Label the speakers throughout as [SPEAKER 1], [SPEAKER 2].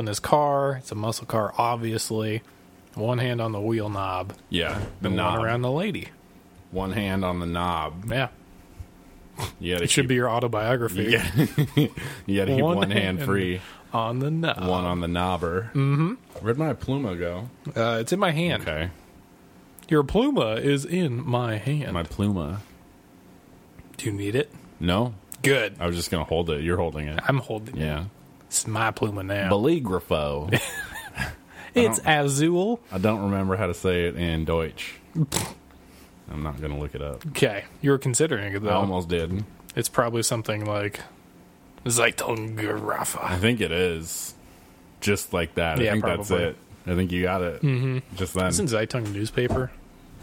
[SPEAKER 1] in his car. It's a muscle car, obviously. One hand on the wheel knob,
[SPEAKER 2] Yeah, the
[SPEAKER 1] and
[SPEAKER 2] knob.
[SPEAKER 1] one around the lady.
[SPEAKER 2] One hand on the knob.
[SPEAKER 1] Yeah,
[SPEAKER 2] You gotta
[SPEAKER 1] it should
[SPEAKER 2] keep,
[SPEAKER 1] be your autobiography.
[SPEAKER 2] You gotta, you gotta keep
[SPEAKER 1] One
[SPEAKER 2] one, hand,
[SPEAKER 1] hand.
[SPEAKER 2] free.
[SPEAKER 1] On the knob,
[SPEAKER 2] One on the knobber. Mm-hmm. Where'd my pluma go?
[SPEAKER 1] uh, it's in my hand.
[SPEAKER 2] Okay,
[SPEAKER 1] Your pluma is in my hand.
[SPEAKER 2] my pluma.
[SPEAKER 1] Do you need it?
[SPEAKER 2] No,
[SPEAKER 1] Good.
[SPEAKER 2] I was just gonna hold it. You're holding it.
[SPEAKER 1] I'm holding it.
[SPEAKER 2] Uh, Yeah.
[SPEAKER 1] It's my pluma now.
[SPEAKER 2] Beligrapho. uh,
[SPEAKER 1] it's Azul.
[SPEAKER 2] I don't remember how to say it in Deutsch. I'm not gonna look it up.
[SPEAKER 1] Okay, you were considering it though.
[SPEAKER 2] I almost did.
[SPEAKER 1] It's probably something like Zeitungrafa.
[SPEAKER 2] I think it is just like that. I
[SPEAKER 1] Yeah,
[SPEAKER 2] think that's
[SPEAKER 1] probably.
[SPEAKER 2] it. I think you got it. Mm-hmm. Just then.
[SPEAKER 1] Isn't Zeitung a newspaper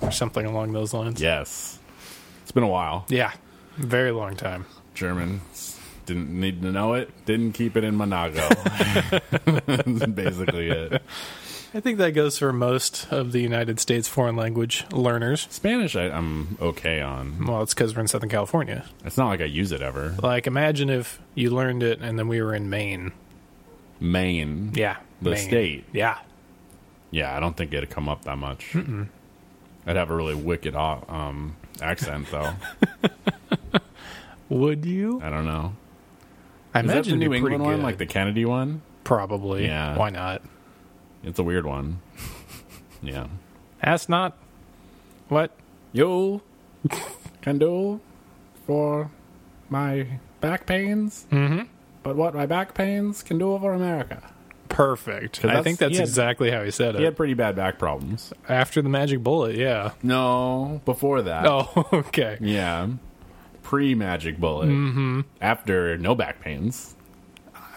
[SPEAKER 1] or something along those lines?
[SPEAKER 2] yes. It's been a while.
[SPEAKER 1] Yeah, very long time.
[SPEAKER 2] Germans didn't need to know it. Didn't keep it in Monago. That's basically it.
[SPEAKER 1] I think that goes for most of the United States foreign language learners.
[SPEAKER 2] Spanish, I, I'm okay on.
[SPEAKER 1] Well, it's because we're in Southern California.
[SPEAKER 2] It's not like I use it ever.
[SPEAKER 1] Like, imagine if you learned it and then we were in Maine.
[SPEAKER 2] Maine.
[SPEAKER 1] Yeah,
[SPEAKER 2] The
[SPEAKER 1] Maine.
[SPEAKER 2] state.
[SPEAKER 1] Yeah,
[SPEAKER 2] Yeah, I don't think it'd come up that much. I'd have a really wicked au- um, accent, though.
[SPEAKER 1] would you?
[SPEAKER 2] I don't know.
[SPEAKER 1] I
[SPEAKER 2] Is that the
[SPEAKER 1] imagine
[SPEAKER 2] New
[SPEAKER 1] you're pretty
[SPEAKER 2] England one,
[SPEAKER 1] good.
[SPEAKER 2] like the Kennedy one?
[SPEAKER 1] probably.
[SPEAKER 2] Yeah.
[SPEAKER 1] Why not?
[SPEAKER 2] It's a weird one. yeah.
[SPEAKER 1] That's not what.
[SPEAKER 2] Yo, condole for my back pains. Mm-hmm. But what my back pains can do for America.
[SPEAKER 1] Perfect. I
[SPEAKER 2] that's-
[SPEAKER 1] think that's
[SPEAKER 2] he had-
[SPEAKER 1] exactly how he said it.
[SPEAKER 2] He had pretty bad back problems.
[SPEAKER 1] After the magic bullet, yeah.
[SPEAKER 2] No, before that.
[SPEAKER 1] Oh, okay.
[SPEAKER 2] Yeah. Pre magic bullet. Mm-hmm. After no back pains.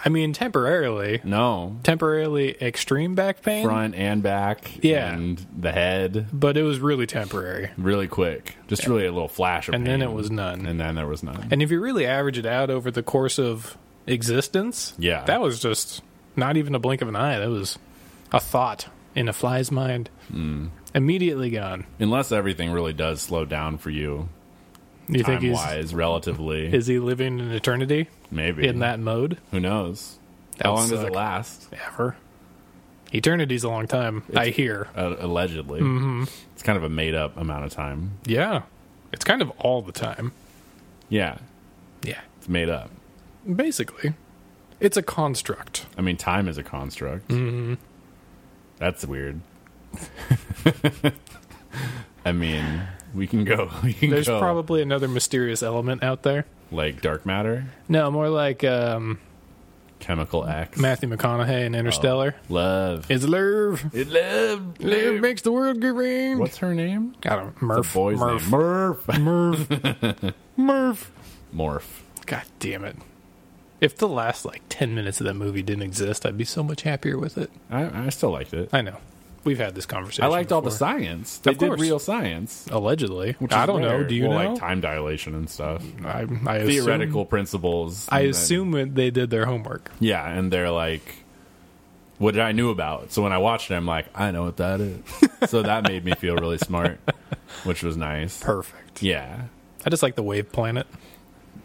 [SPEAKER 1] I mean, temporarily,
[SPEAKER 2] No.
[SPEAKER 1] temporarily extreme back pain,
[SPEAKER 2] Front and back.
[SPEAKER 1] Yeah.
[SPEAKER 2] And the head.
[SPEAKER 1] but it was really temporary.
[SPEAKER 2] Really quick. Just really a little flash of
[SPEAKER 1] And then
[SPEAKER 2] pain.
[SPEAKER 1] it was none.
[SPEAKER 2] And then there was none.
[SPEAKER 1] And if you really average it out over the course of existence,
[SPEAKER 2] Yeah.
[SPEAKER 1] that was just not even a blink of an eye. That was a thought in a fly's mind,
[SPEAKER 2] Hmm.
[SPEAKER 1] immediately gone.
[SPEAKER 2] Unless everything really does slow down for you
[SPEAKER 1] Do you think
[SPEAKER 2] time
[SPEAKER 1] he's
[SPEAKER 2] wise, relatively.
[SPEAKER 1] is he living in eternity
[SPEAKER 2] maybe.
[SPEAKER 1] in that mode
[SPEAKER 2] Who knows?
[SPEAKER 1] That
[SPEAKER 2] How
[SPEAKER 1] would
[SPEAKER 2] long does
[SPEAKER 1] suck.
[SPEAKER 2] it last?
[SPEAKER 1] ever? Eternity's a long time. I hear.
[SPEAKER 2] Uh, allegedly.
[SPEAKER 1] Mm-hmm.
[SPEAKER 2] It's kind of a made up amount of time.
[SPEAKER 1] Yeah, it's kind of all the time.
[SPEAKER 2] Yeah.
[SPEAKER 1] Yeah,
[SPEAKER 2] It's made up.
[SPEAKER 1] basically, it's a construct.
[SPEAKER 2] I mean, time is a construct. Mm-hmm. That's weird. I mean, we can go. We can
[SPEAKER 1] There's
[SPEAKER 2] go
[SPEAKER 1] probably another mysterious element out there.
[SPEAKER 2] like dark matter,
[SPEAKER 1] No, more like um,
[SPEAKER 2] chemical X,
[SPEAKER 1] Matthew McConaughey
[SPEAKER 2] Oh.
[SPEAKER 1] in Interstellar.
[SPEAKER 2] love.
[SPEAKER 1] It's Lerv.
[SPEAKER 2] It love,
[SPEAKER 1] Lerv makes the world go round.
[SPEAKER 2] What's her name?
[SPEAKER 1] I don't
[SPEAKER 2] The
[SPEAKER 1] Murph.
[SPEAKER 2] boy's
[SPEAKER 1] Murph.
[SPEAKER 2] name. Murph.
[SPEAKER 1] Murph. Murph.
[SPEAKER 2] Morph.
[SPEAKER 1] God damn it. If the last like 10 minutes of that movie didn't exist, I'd be so much happier with it.
[SPEAKER 2] I, I still liked it. I,
[SPEAKER 1] I know. We've had this conversation.
[SPEAKER 2] liked all the
[SPEAKER 1] before.
[SPEAKER 2] science. They did
[SPEAKER 1] course.
[SPEAKER 2] real science.
[SPEAKER 1] Allegedly.
[SPEAKER 2] which
[SPEAKER 1] I
[SPEAKER 2] is
[SPEAKER 1] don't know.
[SPEAKER 2] rare.
[SPEAKER 1] Do you
[SPEAKER 2] Well,
[SPEAKER 1] know?
[SPEAKER 2] like time dilation and stuff?
[SPEAKER 1] I, I assume-
[SPEAKER 2] Theoretical principles.
[SPEAKER 1] I
[SPEAKER 2] and then-
[SPEAKER 1] assume that they did their homework.
[SPEAKER 2] Yeah, and they're like, what I knew about. So when I watched it, I'm like, I know what that is. so that made me feel really smart, which was nice.
[SPEAKER 1] Perfect.
[SPEAKER 2] Yeah,
[SPEAKER 1] I just like the wave planet.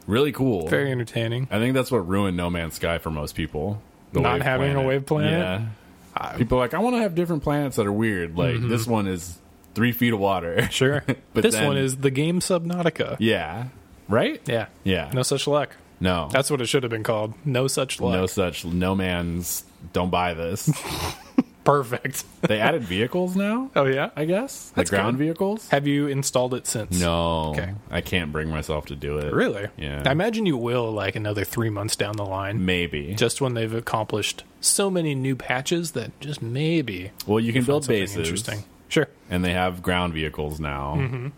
[SPEAKER 2] really cool.
[SPEAKER 1] Very entertaining.
[SPEAKER 2] I think that's what ruined No Man's Sky for most people. the
[SPEAKER 1] Not having a wave planet?
[SPEAKER 2] Yeah. people are like, I want to have different planets that are weird. Like
[SPEAKER 1] Mm-hmm.
[SPEAKER 2] this one is three feet of water.
[SPEAKER 1] Sure.
[SPEAKER 2] But
[SPEAKER 1] this
[SPEAKER 2] then-
[SPEAKER 1] one is the game Subnautica.
[SPEAKER 2] yeah. Right?
[SPEAKER 1] Yeah.
[SPEAKER 2] Yeah.
[SPEAKER 1] No such luck.
[SPEAKER 2] No.
[SPEAKER 1] That's what it should have been called. No such luck.
[SPEAKER 2] no such no man's don't buy this.
[SPEAKER 1] Perfect.
[SPEAKER 2] they added vehicles now,
[SPEAKER 1] Oh yeah.
[SPEAKER 2] I guess.
[SPEAKER 1] That's
[SPEAKER 2] the ground
[SPEAKER 1] good.
[SPEAKER 2] vehicles?
[SPEAKER 1] Have you installed it since?
[SPEAKER 2] No.
[SPEAKER 1] Okay.
[SPEAKER 2] I can't bring myself to do it.
[SPEAKER 1] Really?
[SPEAKER 2] Yeah.
[SPEAKER 1] I imagine you will like another three months down the line,
[SPEAKER 2] Maybe.
[SPEAKER 1] just when they've accomplished so many new patches that just maybe
[SPEAKER 2] well, you can build
[SPEAKER 1] something
[SPEAKER 2] bases.
[SPEAKER 1] Interesting. Mm-hmm. Sure.
[SPEAKER 2] And they have ground vehicles now.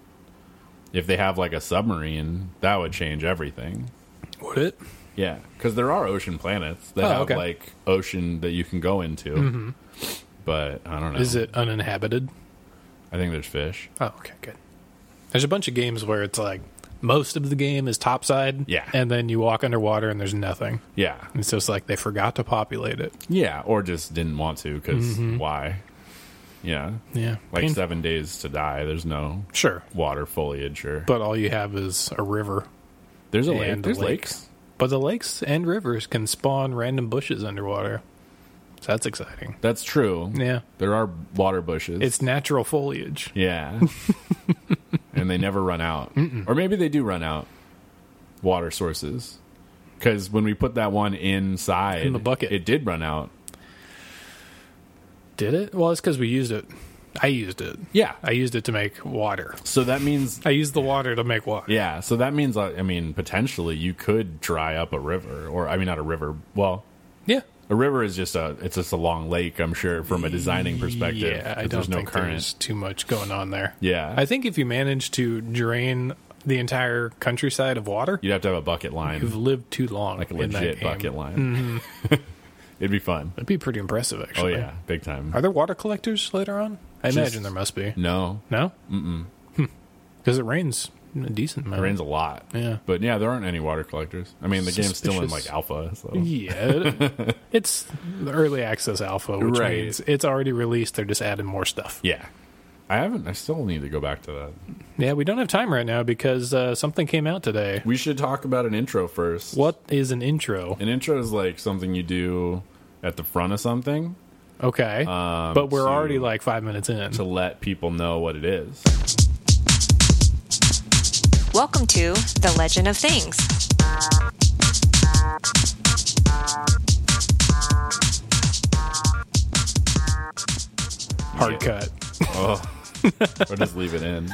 [SPEAKER 2] If they have like a submarine, that would change everything.
[SPEAKER 1] Would it?
[SPEAKER 2] Yeah. Because there are ocean planets that
[SPEAKER 1] Oh,
[SPEAKER 2] have
[SPEAKER 1] okay. Mm-hmm.
[SPEAKER 2] like ocean that you can go into. But I don't know.
[SPEAKER 1] Is it uninhabited?
[SPEAKER 2] I think there's fish.
[SPEAKER 1] Oh, okay, good. There's a bunch of games where it's like most of the game is topside,
[SPEAKER 2] Yeah.
[SPEAKER 1] and then you walk underwater and there's nothing.
[SPEAKER 2] Yeah.
[SPEAKER 1] It's just like they forgot to populate it.
[SPEAKER 2] Yeah. Or just didn't want to because why? Yeah.
[SPEAKER 1] Yeah,
[SPEAKER 2] Like
[SPEAKER 1] Mm-hmm. Pain-
[SPEAKER 2] seven days to die. There's no
[SPEAKER 1] sure,
[SPEAKER 2] water foliage or.
[SPEAKER 1] but all you have is a river.
[SPEAKER 2] there's a
[SPEAKER 1] and
[SPEAKER 2] lake.
[SPEAKER 1] a
[SPEAKER 2] There's
[SPEAKER 1] lake.
[SPEAKER 2] lakes.
[SPEAKER 1] But the lakes and rivers can spawn random bushes underwater. So that's exciting.
[SPEAKER 2] That's true.
[SPEAKER 1] Yeah.
[SPEAKER 2] There are water bushes.
[SPEAKER 1] It's natural foliage.
[SPEAKER 2] yeah. and they never run out. Or maybe they do run out water sources. Cuz when we put that one inside
[SPEAKER 1] In the bucket.
[SPEAKER 2] it did run out.
[SPEAKER 1] Did it? Well, it's because we used it. I used it.
[SPEAKER 2] Yeah.
[SPEAKER 1] I used it to make water.
[SPEAKER 2] So that means
[SPEAKER 1] I used the water to make water.
[SPEAKER 2] yeah, so that means uh, I mean potentially you could dry up a river or I mean not a river. Well,
[SPEAKER 1] Yeah.
[SPEAKER 2] a river is just a it's just a long lake, I'm sure from a designing perspective.
[SPEAKER 1] Yeah, I
[SPEAKER 2] if
[SPEAKER 1] don't think there's too much going on there.
[SPEAKER 2] Yeah.
[SPEAKER 1] I think if you manage to drain the entire countryside of water,
[SPEAKER 2] You'd have to have a bucket line.
[SPEAKER 1] you've lived too long.
[SPEAKER 2] like a
[SPEAKER 1] in that
[SPEAKER 2] legit
[SPEAKER 1] game.
[SPEAKER 2] bucket line. It'd be fun.
[SPEAKER 1] That'd be pretty impressive,
[SPEAKER 2] Oh
[SPEAKER 1] actually.
[SPEAKER 2] yeah, big time.
[SPEAKER 1] Are there water collectors later on? I
[SPEAKER 2] Just-
[SPEAKER 1] imagine there must be.
[SPEAKER 2] No,
[SPEAKER 1] No? Mm-mm. Because it rains a decent amount.
[SPEAKER 2] it rains a lot.
[SPEAKER 1] Yeah.
[SPEAKER 2] but yeah, there aren't any water collectors. I mean, the game's still in
[SPEAKER 1] Suspicious. Mm-hmm.
[SPEAKER 2] like alpha. So
[SPEAKER 1] Yeah. it- it's the early access alpha, which
[SPEAKER 2] Right.
[SPEAKER 1] means it's already released. They're just adding more stuff.
[SPEAKER 2] yeah, I haven't. I still need to go back to that.
[SPEAKER 1] Yeah, we don't have time right now because uh, something came out today.
[SPEAKER 2] We should talk about an intro first.
[SPEAKER 1] What is an intro?
[SPEAKER 2] An intro is like something you do at the front of something
[SPEAKER 1] Okay.
[SPEAKER 2] Um,
[SPEAKER 1] but we're
[SPEAKER 2] to-
[SPEAKER 1] already like five minutes in.
[SPEAKER 2] to let people know what it is.
[SPEAKER 3] Welcome to The Legend of Things.
[SPEAKER 1] Hard cut.
[SPEAKER 2] or just leave it in.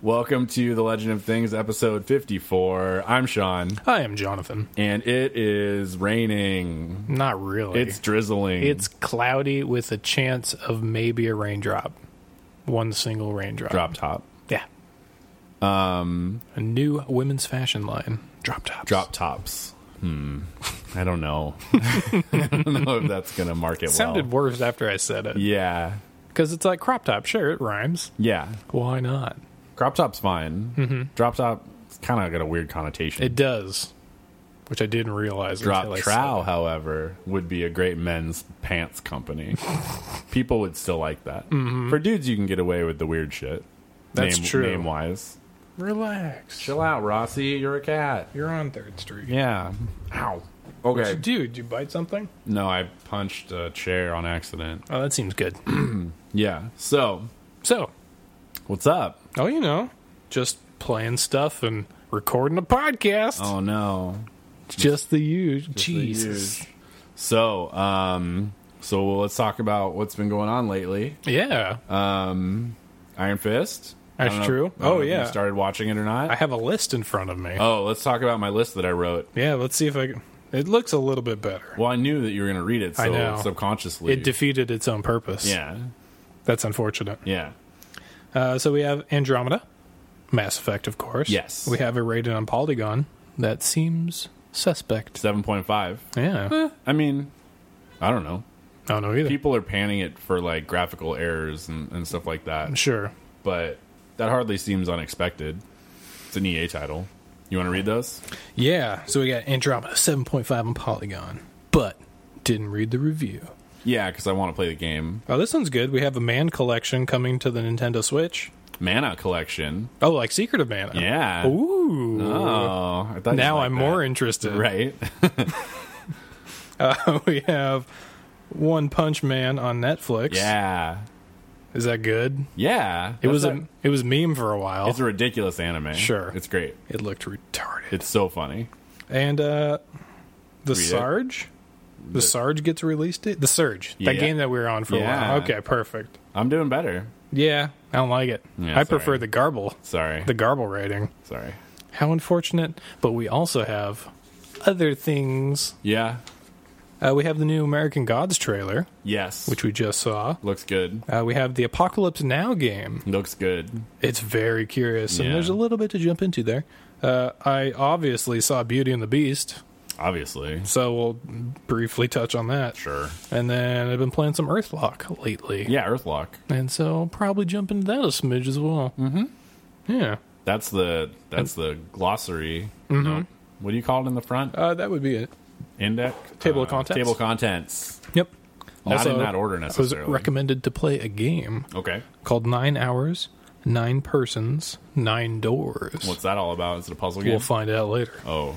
[SPEAKER 2] Welcome to the Legend of Things, episode fifty-four. I'm Sean,
[SPEAKER 1] I am Jonathan.
[SPEAKER 2] and it is raining.
[SPEAKER 1] Not really.
[SPEAKER 2] It's drizzling.
[SPEAKER 1] It's cloudy with a chance of maybe a raindrop. One single raindrop.
[SPEAKER 2] drop top.
[SPEAKER 1] Yeah. Um a new women's fashion line. Drop tops.
[SPEAKER 2] drop tops. Hmm. I don't know. I don't know if that's gonna market
[SPEAKER 1] It sounded
[SPEAKER 2] well.
[SPEAKER 1] worse after I said it.
[SPEAKER 2] Yeah,
[SPEAKER 1] Because it's like crop top. Sure, it rhymes.
[SPEAKER 2] yeah.
[SPEAKER 1] Why not?
[SPEAKER 2] Crop top's fine. Drop top kind of got a weird connotation.
[SPEAKER 1] It does. Which I didn't realize.
[SPEAKER 2] Drop
[SPEAKER 1] until I
[SPEAKER 2] Trow, however, would be a great men's pants company. People would still like that. For dudes, you can get away with the weird shit.
[SPEAKER 1] That's
[SPEAKER 2] name,
[SPEAKER 1] true.
[SPEAKER 2] Name wise,
[SPEAKER 1] said it. Relax.
[SPEAKER 2] chill out, Rossi. You're a cat.
[SPEAKER 1] You're on Third Street.
[SPEAKER 2] Yeah. Ow.
[SPEAKER 1] Dude,
[SPEAKER 2] Okay.
[SPEAKER 1] Dude, you bite something?
[SPEAKER 2] No, I punched a chair on accident.
[SPEAKER 1] Oh, that seems good.
[SPEAKER 2] Yeah. So,
[SPEAKER 1] so,
[SPEAKER 2] what's up?
[SPEAKER 1] oh, you know, just playing stuff and recording a podcast.
[SPEAKER 2] Oh no.
[SPEAKER 1] just the usual.
[SPEAKER 2] the Uh,
[SPEAKER 1] Jesus.
[SPEAKER 2] So, um, so let's talk about what's been going on lately.
[SPEAKER 1] Yeah.
[SPEAKER 2] Iron Fist. I
[SPEAKER 1] That's
[SPEAKER 2] don't know-
[SPEAKER 1] true.
[SPEAKER 2] I don't
[SPEAKER 1] Oh,
[SPEAKER 2] know if you
[SPEAKER 1] yeah.
[SPEAKER 2] started watching it or not?
[SPEAKER 1] I have a list in front of me.
[SPEAKER 2] oh, let's talk about my list that I wrote.
[SPEAKER 1] yeah, let's see if I can. It looks a little bit better.
[SPEAKER 2] Well, I knew that you were going to read it, so
[SPEAKER 1] I know.
[SPEAKER 2] subconsciously,
[SPEAKER 1] It defeated its own purpose.
[SPEAKER 2] yeah,
[SPEAKER 1] That's unfortunate.
[SPEAKER 2] yeah,
[SPEAKER 1] Uh, so we have Andromeda, Mass Effect, of course.
[SPEAKER 2] Yes.
[SPEAKER 1] We have a rated on Polygon that seems suspect.
[SPEAKER 2] seven point five.
[SPEAKER 1] Yeah.
[SPEAKER 2] I mean, I don't know.
[SPEAKER 1] I don't know either.
[SPEAKER 2] People are panning it for like graphical errors and, and stuff like that,
[SPEAKER 1] sure.
[SPEAKER 2] but that hardly seems unexpected. It's an EA title. You want to read those?
[SPEAKER 1] Yeah. So we got Andromeda 7.5 on Polygon, but didn't read the review.
[SPEAKER 2] Yeah, because I want to play the game.
[SPEAKER 1] Oh, this one's good. We have a man collection coming to the Nintendo Switch.
[SPEAKER 2] Mana Collection.
[SPEAKER 1] Oh, like Secret of Mana.
[SPEAKER 2] Yeah.
[SPEAKER 1] Ooh.
[SPEAKER 2] Oh, I thought you
[SPEAKER 1] now
[SPEAKER 2] liked
[SPEAKER 1] I'm
[SPEAKER 2] that.
[SPEAKER 1] more interested.
[SPEAKER 2] right.
[SPEAKER 1] Uh, we have One Punch Man on Netflix.
[SPEAKER 2] Yeah,
[SPEAKER 1] Is that good?
[SPEAKER 2] yeah.
[SPEAKER 1] It was
[SPEAKER 2] That's
[SPEAKER 1] a it was meme for a while.
[SPEAKER 2] It's a ridiculous anime.
[SPEAKER 1] Sure.
[SPEAKER 2] it's great.
[SPEAKER 1] it looked retarded.
[SPEAKER 2] It's so funny.
[SPEAKER 1] and uh the
[SPEAKER 2] Read it.
[SPEAKER 1] Sarge? The Sarge gets released. It the Surge, that
[SPEAKER 2] Yeah.
[SPEAKER 1] game that we were on for
[SPEAKER 2] Yeah.
[SPEAKER 1] a while. Okay, perfect.
[SPEAKER 2] I'm doing better.
[SPEAKER 1] Yeah, I don't like it.
[SPEAKER 2] Yeah,
[SPEAKER 1] I
[SPEAKER 2] sorry.
[SPEAKER 1] prefer the Garble,
[SPEAKER 2] Sorry.
[SPEAKER 1] the Garble rating.
[SPEAKER 2] Sorry.
[SPEAKER 1] How unfortunate. But we also have other things.
[SPEAKER 2] Yeah.
[SPEAKER 1] Uh, we have the new American Gods trailer,
[SPEAKER 2] Yes.
[SPEAKER 1] which we just saw.
[SPEAKER 2] looks good.
[SPEAKER 1] Uh, we have the Apocalypse Now game.
[SPEAKER 2] Looks good.
[SPEAKER 1] It's very curious, and
[SPEAKER 2] Yeah.
[SPEAKER 1] there's a little bit to jump into there. Uh, I obviously saw Beauty and the Beast,
[SPEAKER 2] Obviously.
[SPEAKER 1] so we'll briefly touch on that.
[SPEAKER 2] Sure.
[SPEAKER 1] And then I've been playing some Earthlock lately.
[SPEAKER 2] Yeah. Earthlock.
[SPEAKER 1] And so I'll probably jump into that a smidge as well. Mm hmm. Yeah.
[SPEAKER 2] That's the that's the glossary. No. What do you call it in the front?
[SPEAKER 1] Mm-hmm. Uh, that would be it.
[SPEAKER 2] Index. Uh,
[SPEAKER 1] Table of contents.
[SPEAKER 2] Table of contents.
[SPEAKER 1] Yep.
[SPEAKER 2] Not
[SPEAKER 1] Also,
[SPEAKER 2] in that order
[SPEAKER 1] I was
[SPEAKER 2] necessarily.
[SPEAKER 1] recommended to play a game
[SPEAKER 2] okay.
[SPEAKER 1] called Nine Hours, Nine Persons, Nine Doors.
[SPEAKER 2] What's that all about? Is it a puzzle game?
[SPEAKER 1] We'll find out later.
[SPEAKER 2] oh.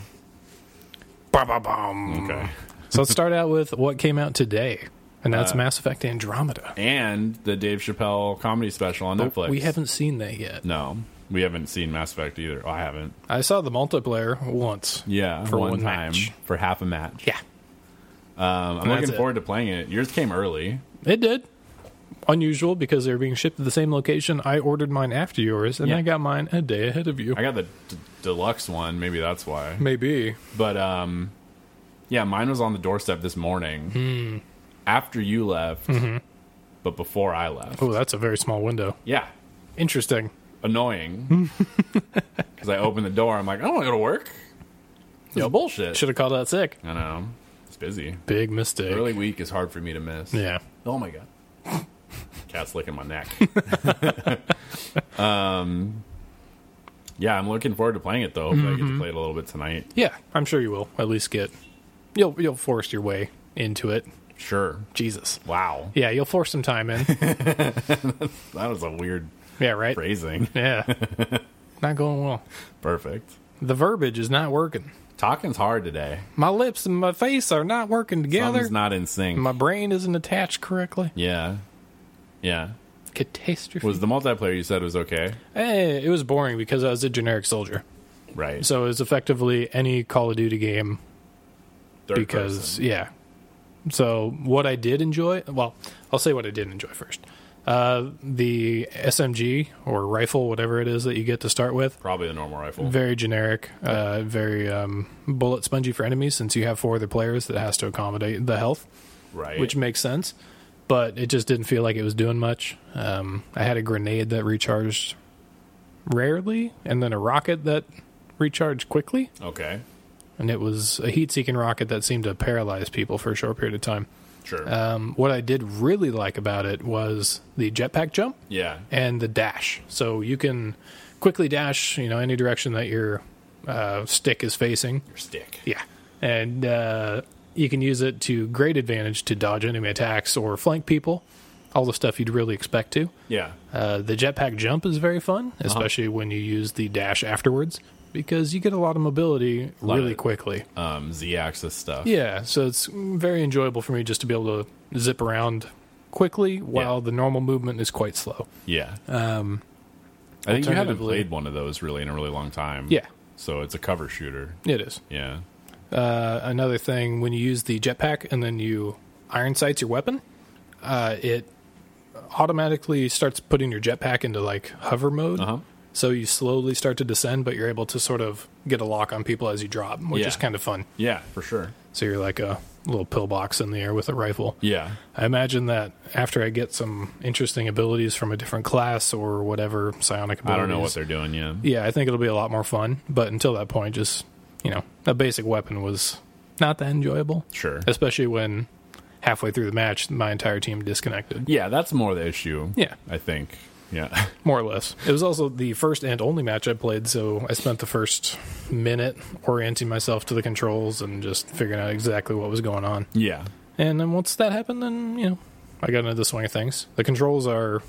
[SPEAKER 1] Ba-ba-bum.
[SPEAKER 2] Okay.
[SPEAKER 1] so let's start out with what came out today. And that's
[SPEAKER 2] Uh,
[SPEAKER 1] Mass Effect Andromeda.
[SPEAKER 2] and the Dave Chappelle comedy special on Netflix.
[SPEAKER 1] We haven't seen that yet.
[SPEAKER 2] No, we haven't seen Mass Effect either. Oh, I haven't.
[SPEAKER 1] I saw the multiplayer once.
[SPEAKER 2] Yeah,
[SPEAKER 1] For
[SPEAKER 2] one,
[SPEAKER 1] one
[SPEAKER 2] time
[SPEAKER 1] match.
[SPEAKER 2] for half a match.
[SPEAKER 1] Yeah.
[SPEAKER 2] Um, I'm looking
[SPEAKER 1] it.
[SPEAKER 2] forward to playing it. Yours came early.
[SPEAKER 1] It did. Unusual because they were being shipped to the same location. I ordered mine after yours, and
[SPEAKER 2] Yeah.
[SPEAKER 1] I got mine a day ahead of you.
[SPEAKER 2] I got the d- deluxe one. Maybe that's why.
[SPEAKER 1] Maybe.
[SPEAKER 2] But um, yeah, mine was on the doorstep this morning
[SPEAKER 1] Hmm.
[SPEAKER 2] after you left, but before I left.
[SPEAKER 1] Mm-hmm. Oh, that's a very small window.
[SPEAKER 2] Yeah,
[SPEAKER 1] Interesting.
[SPEAKER 2] annoying. Because I opened the door, I'm like, I don't want to go to work. This is bullshit.
[SPEAKER 1] Should have called out sick.
[SPEAKER 2] I know. It's busy.
[SPEAKER 1] Big mistake.
[SPEAKER 2] Early week is hard for me to miss.
[SPEAKER 1] Yeah.
[SPEAKER 2] Oh my god. Cat's licking my neck. um, yeah, I'm looking forward to playing it though. Hopefully, I get to play it a little bit tonight.
[SPEAKER 1] Yeah, I'm sure you will. At least get you'll you'll force your way into it.
[SPEAKER 2] Sure.
[SPEAKER 1] Jesus.
[SPEAKER 2] Wow,
[SPEAKER 1] Yeah, you'll force some time in.
[SPEAKER 2] that was a weird
[SPEAKER 1] Yeah, right.
[SPEAKER 2] phrasing.
[SPEAKER 1] Yeah. not going well.
[SPEAKER 2] Perfect.
[SPEAKER 1] The verbiage is not working.
[SPEAKER 2] Talking's hard today.
[SPEAKER 1] My lips and my face are not working together.
[SPEAKER 2] Something's not in sync.
[SPEAKER 1] my brain isn't attached correctly.
[SPEAKER 2] yeah, yeah.
[SPEAKER 1] Catastrophe.
[SPEAKER 2] Was the multiplayer you said was okay?
[SPEAKER 1] Eh, it was boring because I was a generic soldier.
[SPEAKER 2] Right.
[SPEAKER 1] So it was effectively any Call of Duty game
[SPEAKER 2] Third
[SPEAKER 1] because
[SPEAKER 2] person.
[SPEAKER 1] yeah. So what I did enjoy, well, I'll say what I did enjoy first. Uh, the SMG or rifle, whatever it is that you get to start with,
[SPEAKER 2] probably the normal rifle.
[SPEAKER 1] very generic, uh, very um, bullet spongy for enemies since you have four other players that has to accommodate the health,
[SPEAKER 2] right.
[SPEAKER 1] which makes sense. But it just didn't feel like it was doing much. Um, I had a grenade that recharged rarely, and then a rocket that recharged quickly
[SPEAKER 2] okay.
[SPEAKER 1] and it was a heat-seeking rocket that seemed to paralyze people for a short period of time.
[SPEAKER 2] Sure.
[SPEAKER 1] Um, what I did really like about it was the jetpack jump
[SPEAKER 2] yeah.
[SPEAKER 1] and the dash. So you can quickly dash, you know, any direction that your uh, stick is facing.
[SPEAKER 2] Your stick.
[SPEAKER 1] Yeah, and uh, you can use it to great advantage to dodge enemy attacks or flank people. All the stuff you'd really expect to.
[SPEAKER 2] Yeah.
[SPEAKER 1] Uh, the jetpack jump is very fun, especially when you use the dash afterwards, because you get a lot of mobility
[SPEAKER 2] Love
[SPEAKER 1] really
[SPEAKER 2] it.
[SPEAKER 1] quickly.
[SPEAKER 2] Um, Z-axis stuff.
[SPEAKER 1] Yeah, so it's very enjoyable for me just to be able to zip around quickly while
[SPEAKER 2] Yeah.
[SPEAKER 1] the normal movement is quite slow.
[SPEAKER 2] Yeah. Um, I think you haven't
[SPEAKER 1] alternatively-
[SPEAKER 2] played one of those really in a really long time.
[SPEAKER 1] Yeah.
[SPEAKER 2] So it's a cover shooter.
[SPEAKER 1] It is.
[SPEAKER 2] Yeah.
[SPEAKER 1] Uh, another thing, when you use the jetpack and then you iron sights your weapon, uh, it automatically starts putting your jetpack into like hover mode.
[SPEAKER 2] Uh huh.
[SPEAKER 1] So you slowly start to descend, but you're able to sort of get a lock on people as you drop, which
[SPEAKER 2] Yeah.
[SPEAKER 1] is kind of fun.
[SPEAKER 2] Yeah, for sure.
[SPEAKER 1] So you're like a little pillbox in the air with a rifle.
[SPEAKER 2] Yeah.
[SPEAKER 1] I imagine that after I get some interesting abilities from a different class or whatever psionic
[SPEAKER 2] I
[SPEAKER 1] abilities.
[SPEAKER 2] don't know what they're doing. Yeah.
[SPEAKER 1] Yeah, I think it'll be a lot more fun. But until that point, just, you know, a basic weapon was not that enjoyable.
[SPEAKER 2] Sure.
[SPEAKER 1] Especially when halfway through the match, my entire team disconnected,
[SPEAKER 2] Yeah, that's more the issue.
[SPEAKER 1] Yeah.
[SPEAKER 2] I think. Yeah.
[SPEAKER 1] more or less. It was also the first and only match I played, so I spent the first minute orienting myself to the controls and just figuring out exactly what was going on.
[SPEAKER 2] yeah.
[SPEAKER 1] And then once that happened, then you know, I got into the swing of things. The controls are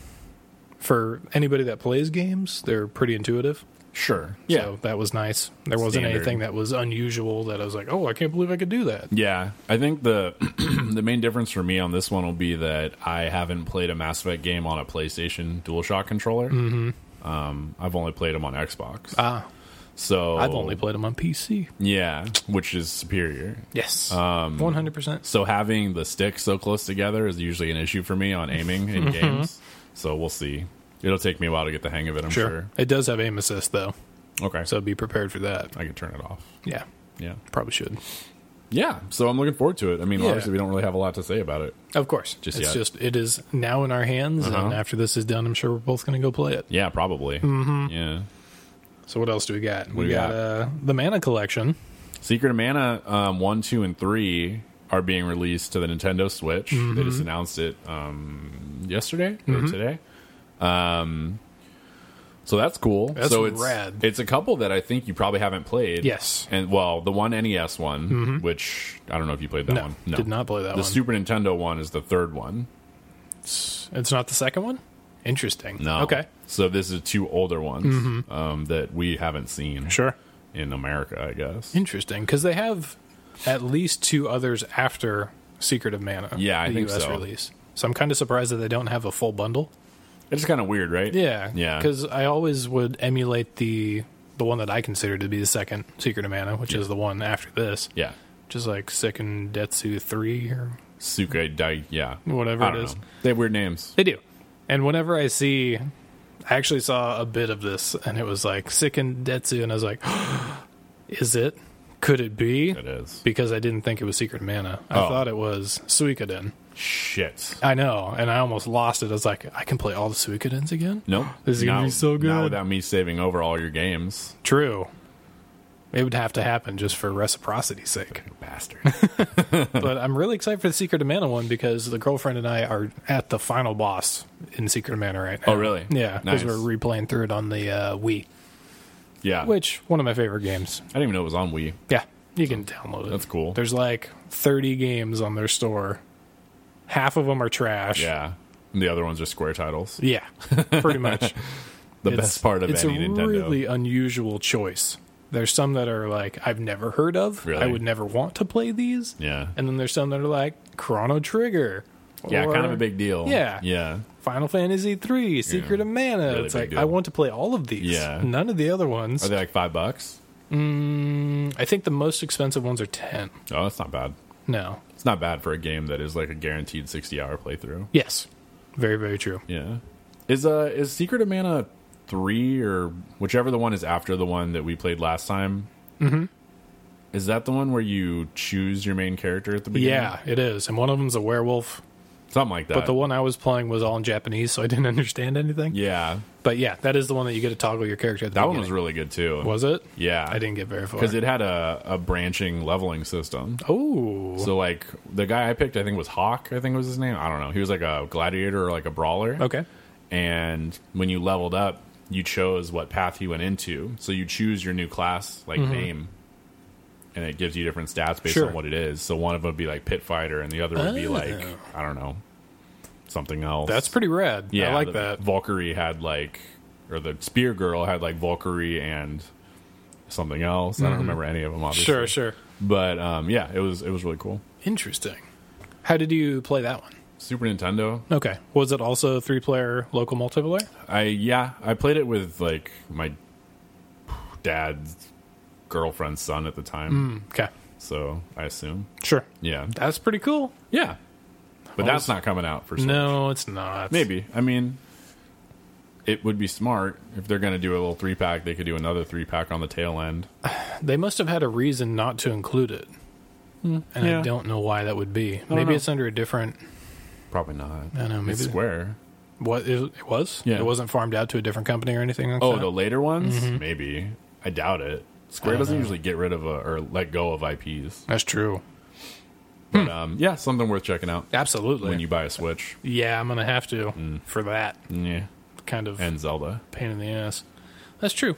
[SPEAKER 1] for anybody that plays games; they're pretty intuitive.
[SPEAKER 2] Sure. Yeah.
[SPEAKER 1] so that was nice. There wasn't
[SPEAKER 2] Standard.
[SPEAKER 1] anything that was unusual that I was like, "Oh, I can't believe I could do that."
[SPEAKER 2] Yeah, I think the the main difference for me on this one will be that I haven't played a Mass Effect game on a PlayStation DualShock controller. Mm-hmm. Um, I've only played them on Xbox.
[SPEAKER 1] Ah.
[SPEAKER 2] so
[SPEAKER 1] I've only played them on PC.
[SPEAKER 2] yeah, which is superior.
[SPEAKER 1] Yes,
[SPEAKER 2] Um,
[SPEAKER 1] one hundred percent.
[SPEAKER 2] So having the sticks so close together is usually an issue for me on aiming in games. So we'll see. It'll take me a while to get the hang of it. I'm
[SPEAKER 1] Sure.
[SPEAKER 2] sure.
[SPEAKER 1] it does have aim assist though,
[SPEAKER 2] Okay,
[SPEAKER 1] so be prepared for that.
[SPEAKER 2] I can turn it off.
[SPEAKER 1] Yeah,
[SPEAKER 2] Yeah,
[SPEAKER 1] probably should.
[SPEAKER 2] yeah. So I'm looking forward to it. I mean,
[SPEAKER 1] Yeah.
[SPEAKER 2] obviously we don't really have a lot to say about it.
[SPEAKER 1] Of course,
[SPEAKER 2] Just
[SPEAKER 1] it's
[SPEAKER 2] yet.
[SPEAKER 1] just it is now in our hands,
[SPEAKER 2] Uh-huh.
[SPEAKER 1] and after this is done, I'm sure we're both going to go play it.
[SPEAKER 2] Yeah, probably. Mm-hmm. Yeah.
[SPEAKER 1] So what else do we got?
[SPEAKER 2] do
[SPEAKER 1] we
[SPEAKER 2] we
[SPEAKER 1] got,
[SPEAKER 2] got?
[SPEAKER 1] Uh, the Mana Collection.
[SPEAKER 2] Secret of Mana um, one, two, and three are being released to the Nintendo Switch.
[SPEAKER 1] Mm-hmm.
[SPEAKER 2] They just announced it um, yesterday or today. Um, so that's cool.
[SPEAKER 1] That's
[SPEAKER 2] so it's
[SPEAKER 1] rad.
[SPEAKER 2] it's a couple that I think you probably haven't played.
[SPEAKER 1] Yes. Mm-hmm.
[SPEAKER 2] and well, the one NES one, which I don't know if you played that
[SPEAKER 1] No,
[SPEAKER 2] one.
[SPEAKER 1] did not play that
[SPEAKER 2] the
[SPEAKER 1] one.
[SPEAKER 2] Super Nintendo one is the third one.
[SPEAKER 1] It's not the second one? Interesting.
[SPEAKER 2] No,
[SPEAKER 1] Okay. Mm-hmm.
[SPEAKER 2] So this is two older ones um, that we haven't seen
[SPEAKER 1] Sure.
[SPEAKER 2] in America, I guess.
[SPEAKER 1] Interesting. Because they have at least two others after Secret of Mana.
[SPEAKER 2] Yeah, I
[SPEAKER 1] the
[SPEAKER 2] think
[SPEAKER 1] US
[SPEAKER 2] so.
[SPEAKER 1] release. So I'm kind of surprised that they don't have a full bundle.
[SPEAKER 2] It's kind of weird, right?
[SPEAKER 1] Yeah,
[SPEAKER 2] Yeah.
[SPEAKER 1] Because I always would emulate the the one that I consider to be the second Secret of Mana, which is the one after this,
[SPEAKER 2] Yeah.
[SPEAKER 1] which is like Second Detsu Three or
[SPEAKER 2] Suka Dai. Yeah.
[SPEAKER 1] Whatever
[SPEAKER 2] I
[SPEAKER 1] it
[SPEAKER 2] don't
[SPEAKER 1] is.
[SPEAKER 2] know. They have weird names.
[SPEAKER 1] They do. And whenever I see, I actually saw a bit of this, and it was like Sikken Detsu, and I was like, is it? Could it be?
[SPEAKER 2] It is.
[SPEAKER 1] Because I didn't think it was Secret Mana. I
[SPEAKER 2] Oh.
[SPEAKER 1] thought it was Suikoden.
[SPEAKER 2] Shit.
[SPEAKER 1] I know, and I almost lost it. I was like, I can play all the Suikodens again?
[SPEAKER 2] Nope.
[SPEAKER 1] This is gonna
[SPEAKER 2] Not-
[SPEAKER 1] be so good.
[SPEAKER 2] Not without me saving over all your games.
[SPEAKER 1] True. It would have to happen just for reciprocity's sake.
[SPEAKER 2] Bastard.
[SPEAKER 1] but I'm really excited for the Secret of Mana one because the girlfriend and I are at the final boss in Secret of Mana right now.
[SPEAKER 2] Oh, really?
[SPEAKER 1] Yeah, because
[SPEAKER 2] Nice.
[SPEAKER 1] we're replaying through it on the uh, Wii.
[SPEAKER 2] yeah.
[SPEAKER 1] which one of my favorite games.
[SPEAKER 2] I didn't even know it was on Wii.
[SPEAKER 1] Yeah, you can download it.
[SPEAKER 2] That's cool.
[SPEAKER 1] There's like 30 games on their store. Half of them are trash.
[SPEAKER 2] Yeah. The other ones are Square titles.
[SPEAKER 1] yeah, pretty much.
[SPEAKER 2] The
[SPEAKER 1] It's-
[SPEAKER 2] best part of
[SPEAKER 1] it's
[SPEAKER 2] any
[SPEAKER 1] a
[SPEAKER 2] Nintendo.
[SPEAKER 1] really unusual choice. There's some that are like I've never heard of.
[SPEAKER 2] Really?
[SPEAKER 1] I would never want to play these.
[SPEAKER 2] Yeah.
[SPEAKER 1] and then there's some that are like Chrono Trigger.
[SPEAKER 2] yeah,
[SPEAKER 1] or
[SPEAKER 2] kind of a big deal.
[SPEAKER 1] Yeah.
[SPEAKER 2] Yeah.
[SPEAKER 1] Final Fantasy III, Secret of Mana.
[SPEAKER 2] Really
[SPEAKER 1] it's
[SPEAKER 2] big
[SPEAKER 1] like
[SPEAKER 2] deal.
[SPEAKER 1] I want to play all of these.
[SPEAKER 2] Yeah.
[SPEAKER 1] none of the other ones.
[SPEAKER 2] Are they like five bucks?
[SPEAKER 1] I think the most expensive ones are ten.
[SPEAKER 2] Oh, that's not bad.
[SPEAKER 1] No,
[SPEAKER 2] It's not bad for a game that is like a guaranteed sixty hour playthrough.
[SPEAKER 1] yes, very very true.
[SPEAKER 2] Yeah. Is uh is Secret of Mana three or whichever the one is after the one that we played last time? Mm-hmm. Is that the one where you choose your main character at the beginning?
[SPEAKER 1] Yeah, it is. And one of them's a werewolf,
[SPEAKER 2] Something like that.
[SPEAKER 1] but the one I was playing was all in Japanese, so I didn't understand anything.
[SPEAKER 2] Yeah.
[SPEAKER 1] But yeah, that is the one that you get to toggle your character at the
[SPEAKER 2] That one was
[SPEAKER 1] beginning.
[SPEAKER 2] really good too.
[SPEAKER 1] was it?
[SPEAKER 2] yeah.
[SPEAKER 1] I didn't get very far.
[SPEAKER 2] because it had a, a branching leveling system.
[SPEAKER 1] Oh.
[SPEAKER 2] So like the guy I picked, I think was Hawk. I think was his name. I don't know. He was like a gladiator or like a brawler.
[SPEAKER 1] okay.
[SPEAKER 2] And when you leveled up, you chose what path you went into. So you choose your new class like name, and it gives you different stats based
[SPEAKER 1] Mm-hmm. Sure. Oh.
[SPEAKER 2] on what it is. So one of them would be like pit fighter, and the other would be like I don't know something else.
[SPEAKER 1] That's pretty rad. I like
[SPEAKER 2] the
[SPEAKER 1] that.
[SPEAKER 2] Valkyrie had like, or the spear girl had like Valkyrie and something else. I don't remember any of them. Obviously,
[SPEAKER 1] Mm-hmm. Sure, sure.
[SPEAKER 2] But um, yeah, it was it was really cool.
[SPEAKER 1] Interesting. How did you play that one?
[SPEAKER 2] Super Nintendo.
[SPEAKER 1] Okay. Was it also three player local multiplayer?
[SPEAKER 2] I yeah, I played it with like my dad's girlfriend's son at the time.
[SPEAKER 1] Okay.
[SPEAKER 2] So I assume,
[SPEAKER 1] Sure.
[SPEAKER 2] yeah,
[SPEAKER 1] That's pretty cool.
[SPEAKER 2] yeah. But that's not coming out for Switch.
[SPEAKER 1] No, it's not.
[SPEAKER 2] Maybe. I mean, it would be smart if they're going to do a little three pack. They could do another three pack on the tail end.
[SPEAKER 1] They must have had a reason not to include it. And I
[SPEAKER 2] yeah.
[SPEAKER 1] don't know why that would be. Maybe
[SPEAKER 2] know.
[SPEAKER 1] it's under a different
[SPEAKER 2] Probably not.
[SPEAKER 1] I know,
[SPEAKER 2] It's
[SPEAKER 1] maybe-
[SPEAKER 2] Square.
[SPEAKER 1] What it, it was?
[SPEAKER 2] Yeah.
[SPEAKER 1] It wasn't farmed out to a different company or anything like
[SPEAKER 2] Oh,
[SPEAKER 1] that?
[SPEAKER 2] the later ones?
[SPEAKER 1] Mm-hmm.
[SPEAKER 2] Maybe. I doubt it. Square doesn't usually get rid of a, or let go of IPs.
[SPEAKER 1] That's true. Hmm.
[SPEAKER 2] But um, yeah, something worth checking out
[SPEAKER 1] Absolutely.
[SPEAKER 2] when you buy a Switch.
[SPEAKER 1] yeah, I'm going to have to
[SPEAKER 2] Mm.
[SPEAKER 1] for that
[SPEAKER 2] Yeah.
[SPEAKER 1] kind of
[SPEAKER 2] And Zelda.
[SPEAKER 1] pain in the ass. That's true.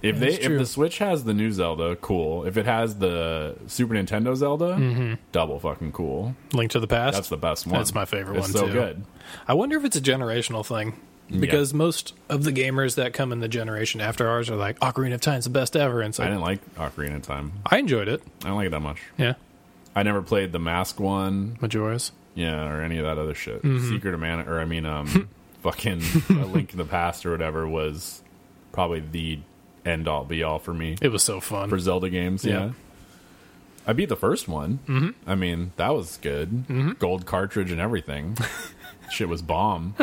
[SPEAKER 2] If they
[SPEAKER 1] That's
[SPEAKER 2] if
[SPEAKER 1] true.
[SPEAKER 2] the Switch has the new Zelda, cool. If it has the Super Nintendo Zelda, double fucking cool.
[SPEAKER 1] Link to the past.
[SPEAKER 2] That's the best one.
[SPEAKER 1] Mm-hmm. That's my favorite
[SPEAKER 2] It's
[SPEAKER 1] one,
[SPEAKER 2] so
[SPEAKER 1] too.
[SPEAKER 2] good.
[SPEAKER 1] I wonder if it's a generational thing because most of the gamers that come in the generation after ours are like Ocarina of Time's the best ever, and so
[SPEAKER 2] I
[SPEAKER 1] I,
[SPEAKER 2] didn't like Ocarina of Time.
[SPEAKER 1] enjoyed it.
[SPEAKER 2] I don't like it that much.
[SPEAKER 1] Yeah,
[SPEAKER 2] I never played the Mask one,
[SPEAKER 1] Majora's.
[SPEAKER 2] yeah, or any of that other shit.
[SPEAKER 1] Mm-hmm.
[SPEAKER 2] Secret of Mana, or I mean, um, fucking A Link in the Past or whatever was probably the end all be all for me
[SPEAKER 1] It was so fun.
[SPEAKER 2] for Zelda games. Yeah.
[SPEAKER 1] Yeah.
[SPEAKER 2] I beat the first one. Mm-hmm. I mean, that was good.
[SPEAKER 1] Mm-hmm.
[SPEAKER 2] Gold cartridge and everything. Shit was bomb.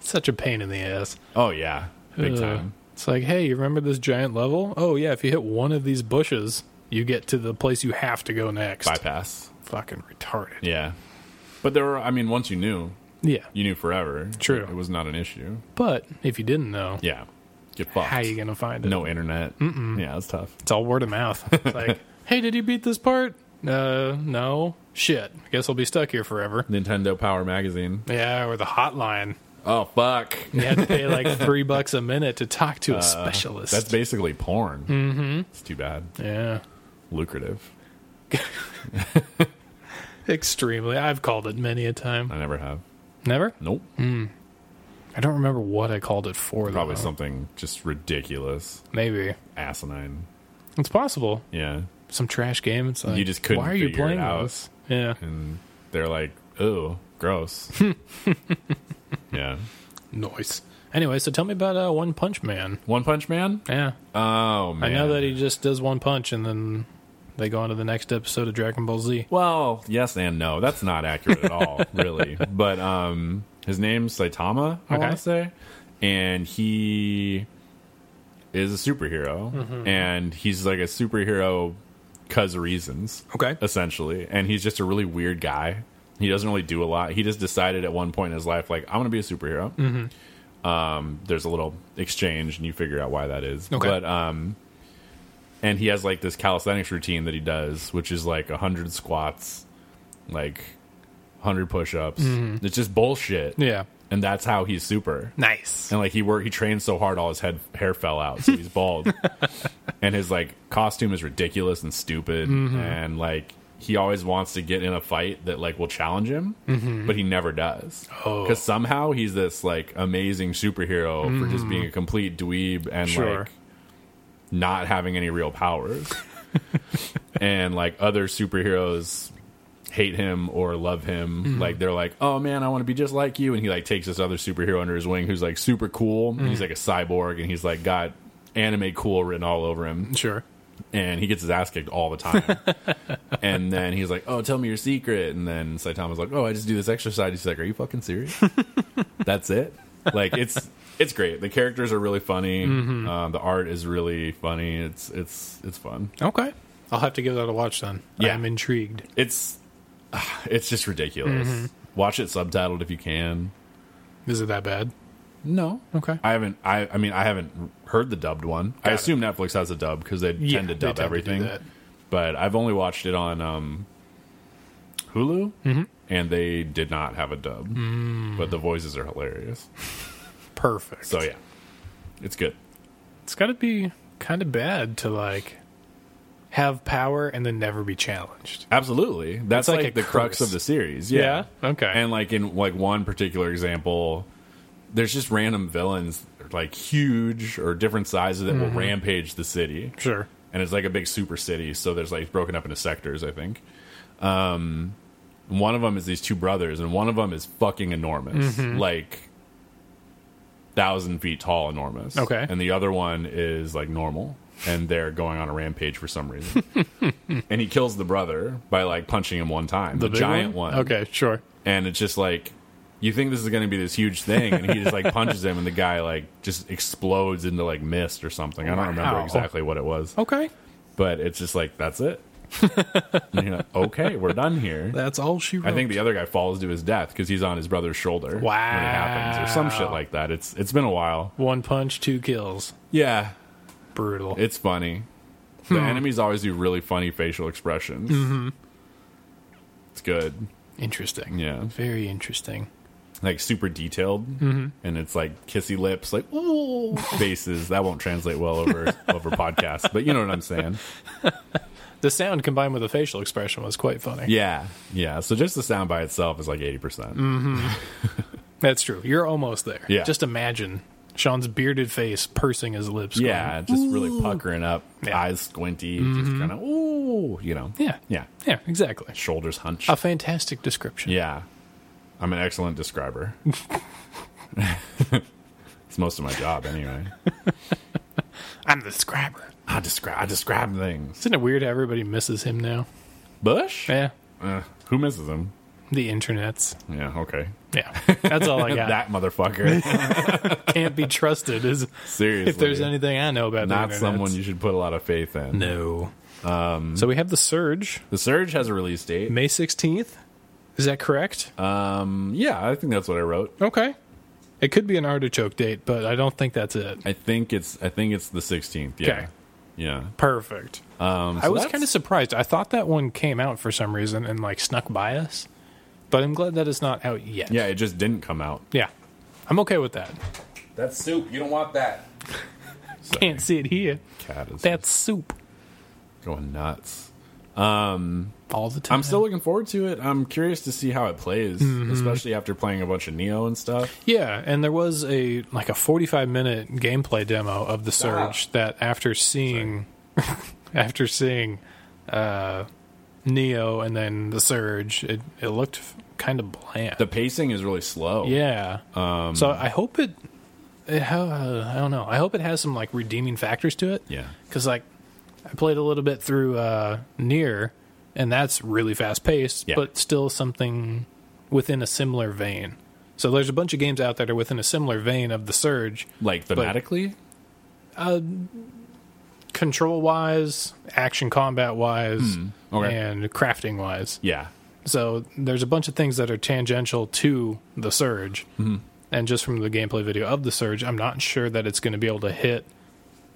[SPEAKER 1] Such a pain in the ass.
[SPEAKER 2] Oh yeah, big
[SPEAKER 1] Ugh.
[SPEAKER 2] time.
[SPEAKER 1] It's like, hey, you remember this giant level? Oh yeah, if you hit one of these bushes, you get to the place you have to go next.
[SPEAKER 2] Bypass.
[SPEAKER 1] Fucking retarded.
[SPEAKER 2] Yeah, but there were. I mean, once you knew,
[SPEAKER 1] Yeah,
[SPEAKER 2] you knew forever.
[SPEAKER 1] True.
[SPEAKER 2] It was not an issue.
[SPEAKER 1] but if you didn't know,
[SPEAKER 2] Yeah. Get fucked.
[SPEAKER 1] how you gonna find it?
[SPEAKER 2] no internet. Yeah, it's tough.
[SPEAKER 1] It's all word of mouth. It's like, hey, did you beat this part? Uh, no. Shit. I guess I'll be stuck here forever.
[SPEAKER 2] Nintendo Power Magazine.
[SPEAKER 1] Yeah, or the hotline.
[SPEAKER 2] Oh fuck.
[SPEAKER 1] You had to pay like three bucks a minute to talk to a specialist.
[SPEAKER 2] Uh, That's basically porn. Mm-hmm. It's too bad.
[SPEAKER 1] yeah.
[SPEAKER 2] Lucrative.
[SPEAKER 1] Extremely. I've called it many a time.
[SPEAKER 2] I never have.
[SPEAKER 1] Never?
[SPEAKER 2] Nope.
[SPEAKER 1] Mm-hmm. I don't remember what I called it for.
[SPEAKER 2] Probably
[SPEAKER 1] though.
[SPEAKER 2] something just ridiculous,
[SPEAKER 1] Maybe.
[SPEAKER 2] asinine.
[SPEAKER 1] It's possible.
[SPEAKER 2] Yeah.
[SPEAKER 1] Some trash game. It's like
[SPEAKER 2] You just couldn't
[SPEAKER 1] Why are you
[SPEAKER 2] figure it
[SPEAKER 1] playing
[SPEAKER 2] out.
[SPEAKER 1] this? Yeah.
[SPEAKER 2] and they're like, "Ooh, gross." yeah.
[SPEAKER 1] Noise. Anyway, so tell me about uh, One Punch Man.
[SPEAKER 2] One Punch Man?
[SPEAKER 1] Yeah.
[SPEAKER 2] Oh
[SPEAKER 1] I
[SPEAKER 2] man.
[SPEAKER 1] know that he just does one punch and then they go on to the next episode of Dragon Ball Z.
[SPEAKER 2] Well, yes and no. That's not accurate at all, really. But um his name's Saitama, I
[SPEAKER 1] Okay.
[SPEAKER 2] want to say. And he is a superhero
[SPEAKER 1] Mm-hmm.
[SPEAKER 2] and he's like a superhero cuz reasons.
[SPEAKER 1] Okay.
[SPEAKER 2] essentially. And he's just a really weird guy. He doesn't really do a lot. He just decided at one point in his life, like, I'm going to be a superhero.
[SPEAKER 1] Mm-hmm.
[SPEAKER 2] Um, there's a little exchange, and you figure out why that is.
[SPEAKER 1] Okay.
[SPEAKER 2] But, um, and he has like this calisthenics routine that he does, which is like 100 squats, like 100 push ups. It's just bullshit.
[SPEAKER 1] Mm-hmm. Yeah.
[SPEAKER 2] And that's how he's super.
[SPEAKER 1] Nice.
[SPEAKER 2] And like he worked, he trained so hard, all his head hair fell out, so he's bald. and his like costume is ridiculous and stupid,
[SPEAKER 1] Mm-hmm.
[SPEAKER 2] and like he always wants to get in a fight that like will challenge him, but he never does.
[SPEAKER 1] Mm-hmm. Oh.
[SPEAKER 2] because somehow he's this like amazing superhero for just being a complete dweeb
[SPEAKER 1] Mm-hmm.
[SPEAKER 2] and
[SPEAKER 1] Sure.
[SPEAKER 2] like not having any real powers. and like other superheroes hate him or love him. Like they're like, "Oh man, I want to be just like you." And he like takes this other superhero under his wing who's like super cool. He's like a cyborg and he's like got anime cool written all over him.
[SPEAKER 1] Sure.
[SPEAKER 2] And he gets his ass kicked all the time. and then he's like, "Oh, tell me your secret." And then Saitama's like, "Oh, I just do this exercise." He's like, "Are you fucking serious?" That's it. Like it's it's great. The characters are really funny. Uh, the art is really funny. It's it's it's fun.
[SPEAKER 1] Okay. I'll have to give that a watch then.
[SPEAKER 2] Yeah.
[SPEAKER 1] I'm intrigued.
[SPEAKER 2] It's ah, it's just ridiculous.
[SPEAKER 1] Mm-hmm.
[SPEAKER 2] Watch it subtitled if you can.
[SPEAKER 1] Is it that bad?
[SPEAKER 2] No.
[SPEAKER 1] Okay.
[SPEAKER 2] I haven't. I. I mean, I haven't heard the dubbed one. I
[SPEAKER 1] it.
[SPEAKER 2] assume Netflix has a dub because they
[SPEAKER 1] Yeah,
[SPEAKER 2] tend
[SPEAKER 1] they
[SPEAKER 2] to
[SPEAKER 1] tend
[SPEAKER 2] dub
[SPEAKER 1] to do
[SPEAKER 2] everything.
[SPEAKER 1] that.
[SPEAKER 2] But I've only watched it on um, Hulu,
[SPEAKER 1] Mm-hmm.
[SPEAKER 2] and they did not have a dub.
[SPEAKER 1] Mm.
[SPEAKER 2] But the voices are hilarious.
[SPEAKER 1] Perfect.
[SPEAKER 2] So yeah, it's good.
[SPEAKER 1] It's got to be kind of bad to like have power and then never be challenged.
[SPEAKER 2] Absolutely, that's
[SPEAKER 1] It's like
[SPEAKER 2] like,
[SPEAKER 1] a
[SPEAKER 2] the crux
[SPEAKER 1] curse.
[SPEAKER 2] of the series.
[SPEAKER 1] Yeah?
[SPEAKER 2] Yeah.
[SPEAKER 1] Okay.
[SPEAKER 2] And like in like one particular example, there's just random villains like huge or different sizes that will
[SPEAKER 1] Mm-hmm.
[SPEAKER 2] rampage the city.
[SPEAKER 1] Sure.
[SPEAKER 2] and it's like a big super city. So there's like broken up into sectors, I think. Um, one of them is these two brothers, and one of them is fucking enormous,
[SPEAKER 1] Mm-hmm.
[SPEAKER 2] like thousand feet tall, enormous.
[SPEAKER 1] Okay.
[SPEAKER 2] and the other one is like normal, and they're going on a rampage for some reason. and he kills the brother by like punching him one time, the,
[SPEAKER 1] big
[SPEAKER 2] giant one.
[SPEAKER 1] Okay, sure.
[SPEAKER 2] and it's just like. You think this is going to be this huge thing, and he just like punches him, and the guy like just explodes into like mist or something. I don't remember
[SPEAKER 1] Wow.
[SPEAKER 2] exactly what it was
[SPEAKER 1] Okay.
[SPEAKER 2] but it's just like that's it. And you're like, okay, we're done here.
[SPEAKER 1] That's all she wrote.
[SPEAKER 2] I think the other guy falls to his death because he's on his brother's shoulder when it happens, or some shit
[SPEAKER 1] Wow.
[SPEAKER 2] like that. It's it's been a while.
[SPEAKER 1] one punch, two kills.
[SPEAKER 2] Yeah,
[SPEAKER 1] Brutal.
[SPEAKER 2] it's funny. The enemies always do really funny facial expressions. It's good.
[SPEAKER 1] interesting.
[SPEAKER 2] Yeah,
[SPEAKER 1] Very interesting.
[SPEAKER 2] like super detailed, and it's like kissy lips, like ooh faces. That won't translate well over over podcasts, but you know what I'm saying.
[SPEAKER 1] The sound combined with the facial expression was quite funny.
[SPEAKER 2] Yeah, yeah. So just the sound by itself is like eighty percent.
[SPEAKER 1] That's true. You're almost there.
[SPEAKER 2] Yeah.
[SPEAKER 1] Just imagine Sean's bearded face pursing his lips. going,
[SPEAKER 2] Yeah, just really puckering up,
[SPEAKER 1] Yeah. Mm-hmm.
[SPEAKER 2] eyes squinty, just kind of ooh, you know.
[SPEAKER 1] Yeah.
[SPEAKER 2] yeah,
[SPEAKER 1] Yeah, exactly.
[SPEAKER 2] shoulders hunched.
[SPEAKER 1] A fantastic description.
[SPEAKER 2] yeah, I'm an excellent describer. it's most of my job anyway.
[SPEAKER 1] I'm the describer.
[SPEAKER 2] I describe, I describe things.
[SPEAKER 1] Isn't it weird how everybody misses him now?
[SPEAKER 2] Bush,
[SPEAKER 1] Yeah.
[SPEAKER 2] Uh, who misses him?
[SPEAKER 1] The internets.
[SPEAKER 2] Yeah, okay,
[SPEAKER 1] Yeah. That's all I got.
[SPEAKER 2] that motherfucker.
[SPEAKER 1] can't be trusted is
[SPEAKER 2] Seriously,
[SPEAKER 1] if there's anything I know about the
[SPEAKER 2] not
[SPEAKER 1] internets.
[SPEAKER 2] someone you Um, should put a lot of faith in.
[SPEAKER 1] No. so we have the surge
[SPEAKER 2] The Surge has a release date.
[SPEAKER 1] May 16th. Is that correct?
[SPEAKER 2] Um, yeah, I think that's what I wrote.
[SPEAKER 1] okay. It could be an artichoke date, but I don't think that's it.
[SPEAKER 2] I think it's I think it's the 16th. Yeah,
[SPEAKER 1] Okay.
[SPEAKER 2] yeah.
[SPEAKER 1] Perfect.
[SPEAKER 2] Um,
[SPEAKER 1] I
[SPEAKER 2] so
[SPEAKER 1] was
[SPEAKER 2] that's-
[SPEAKER 1] kind of surprised. I thought that one came out for some reason and like snuck by us, but I'm glad that it's not out yet.
[SPEAKER 2] yeah. It just didn't come out.
[SPEAKER 1] Yeah. I'm okay with that.
[SPEAKER 2] That's soup. You don't want that.
[SPEAKER 1] Can't see it here.
[SPEAKER 2] Cat is
[SPEAKER 1] That's soup
[SPEAKER 2] going nuts.
[SPEAKER 1] all the time.
[SPEAKER 2] I'm still looking forward to it. I'm curious to see how it plays,
[SPEAKER 1] Mm-hmm.
[SPEAKER 2] especially after playing a bunch of Neo and stuff.
[SPEAKER 1] Yeah, and there was a like a 45 minute gameplay demo of the Surge that after seeing after seeing uh Neo and then the Surge, it it looked kind of bland.
[SPEAKER 2] The pacing is really slow.
[SPEAKER 1] yeah.
[SPEAKER 2] Um,
[SPEAKER 1] so I hope it. it ha- I don't know. I hope it has some like redeeming factors to it.
[SPEAKER 2] Yeah.
[SPEAKER 1] Because like I played a little bit through uh near, and that's really fast paced,
[SPEAKER 2] Yeah.
[SPEAKER 1] but still something within a similar vein. So there's a bunch of games out there that are within a similar vein of the Surge,
[SPEAKER 2] Like thematically?
[SPEAKER 1] control wise, action combat wise,
[SPEAKER 2] Hmm. okay.
[SPEAKER 1] and crafting wise.
[SPEAKER 2] yeah.
[SPEAKER 1] So there's a bunch of things that are tangential to the surge,
[SPEAKER 2] Mm-hmm.
[SPEAKER 1] and just from the gameplay video of the surge, I'm not sure that it's going to be able to hit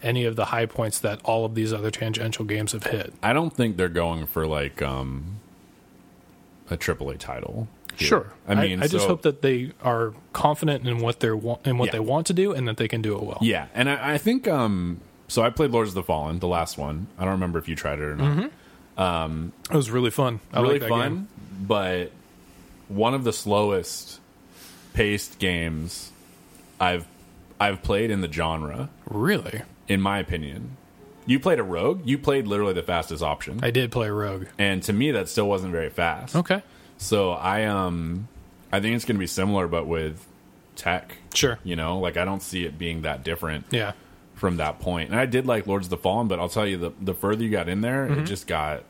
[SPEAKER 1] any of the high points that all of these other tangential games have hit.
[SPEAKER 2] I don't think they're going for like um a triple A title. here. I mean,
[SPEAKER 1] I, just
[SPEAKER 2] so-
[SPEAKER 1] hope that they are confident in what they're wa- in what
[SPEAKER 2] Yeah.
[SPEAKER 1] they want to do, and that they can do it well.
[SPEAKER 2] Yeah, and I, I think um so I played Lords of the Fallen, the last one. I don't remember if you tried it or not.
[SPEAKER 1] It was really fun. I
[SPEAKER 2] really
[SPEAKER 1] like that
[SPEAKER 2] fun,
[SPEAKER 1] Game.
[SPEAKER 2] but one of the slowest paced games I've I've played in the genre,
[SPEAKER 1] Really,
[SPEAKER 2] in my opinion. You played a rogue, you played literally the fastest option.
[SPEAKER 1] I did play Rogue.
[SPEAKER 2] and to me that still wasn't very fast.
[SPEAKER 1] Okay,
[SPEAKER 2] So I um I think it's going to be similar but with tech.
[SPEAKER 1] Sure.
[SPEAKER 2] You know, like I don't see it being that different
[SPEAKER 1] yeah,
[SPEAKER 2] from that point. And I did like Lords of the Fallen, but I'll tell you the the further you got in there,
[SPEAKER 1] Mm-hmm.
[SPEAKER 2] it just got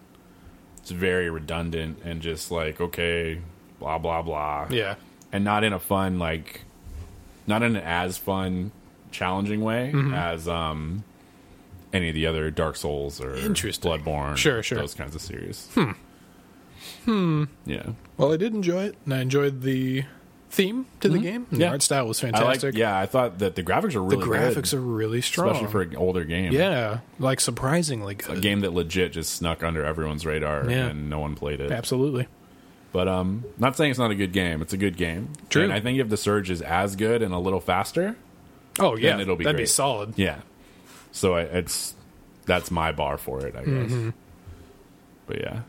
[SPEAKER 2] it's very redundant and just like okay, blah blah blah.
[SPEAKER 1] yeah,
[SPEAKER 2] And not in a fun like not in an as fun challenging way
[SPEAKER 1] Mm-hmm.
[SPEAKER 2] as um any of the other Dark Souls or
[SPEAKER 1] Interesting.
[SPEAKER 2] Bloodborne,
[SPEAKER 1] Sure, sure. Hmm.
[SPEAKER 2] those kinds of series. Hmm. Hmm. Yeah.
[SPEAKER 1] Well, I did enjoy it, and I enjoyed the theme to the game. And
[SPEAKER 2] Yeah.
[SPEAKER 1] The art style was
[SPEAKER 2] I like,
[SPEAKER 1] fantastic.
[SPEAKER 2] yeah, I thought that the graphics are
[SPEAKER 1] Mm-hmm. the
[SPEAKER 2] really good,
[SPEAKER 1] graphics are really strong,
[SPEAKER 2] especially for an older game.
[SPEAKER 1] yeah, like surprisingly
[SPEAKER 2] a
[SPEAKER 1] good.
[SPEAKER 2] game that legit just snuck under everyone's radar
[SPEAKER 1] Yeah.
[SPEAKER 2] and no one played it.
[SPEAKER 1] Absolutely,
[SPEAKER 2] But um, not saying it's not a good game. It's a good game.
[SPEAKER 1] True.
[SPEAKER 2] And I think if the surge is as good and a little faster,
[SPEAKER 1] oh yeah,
[SPEAKER 2] it'll be
[SPEAKER 1] that'd be
[SPEAKER 2] great.
[SPEAKER 1] solid.
[SPEAKER 2] yeah. So I, it's that's my bar for it, I guess.
[SPEAKER 1] Mm-hmm.
[SPEAKER 2] But yeah,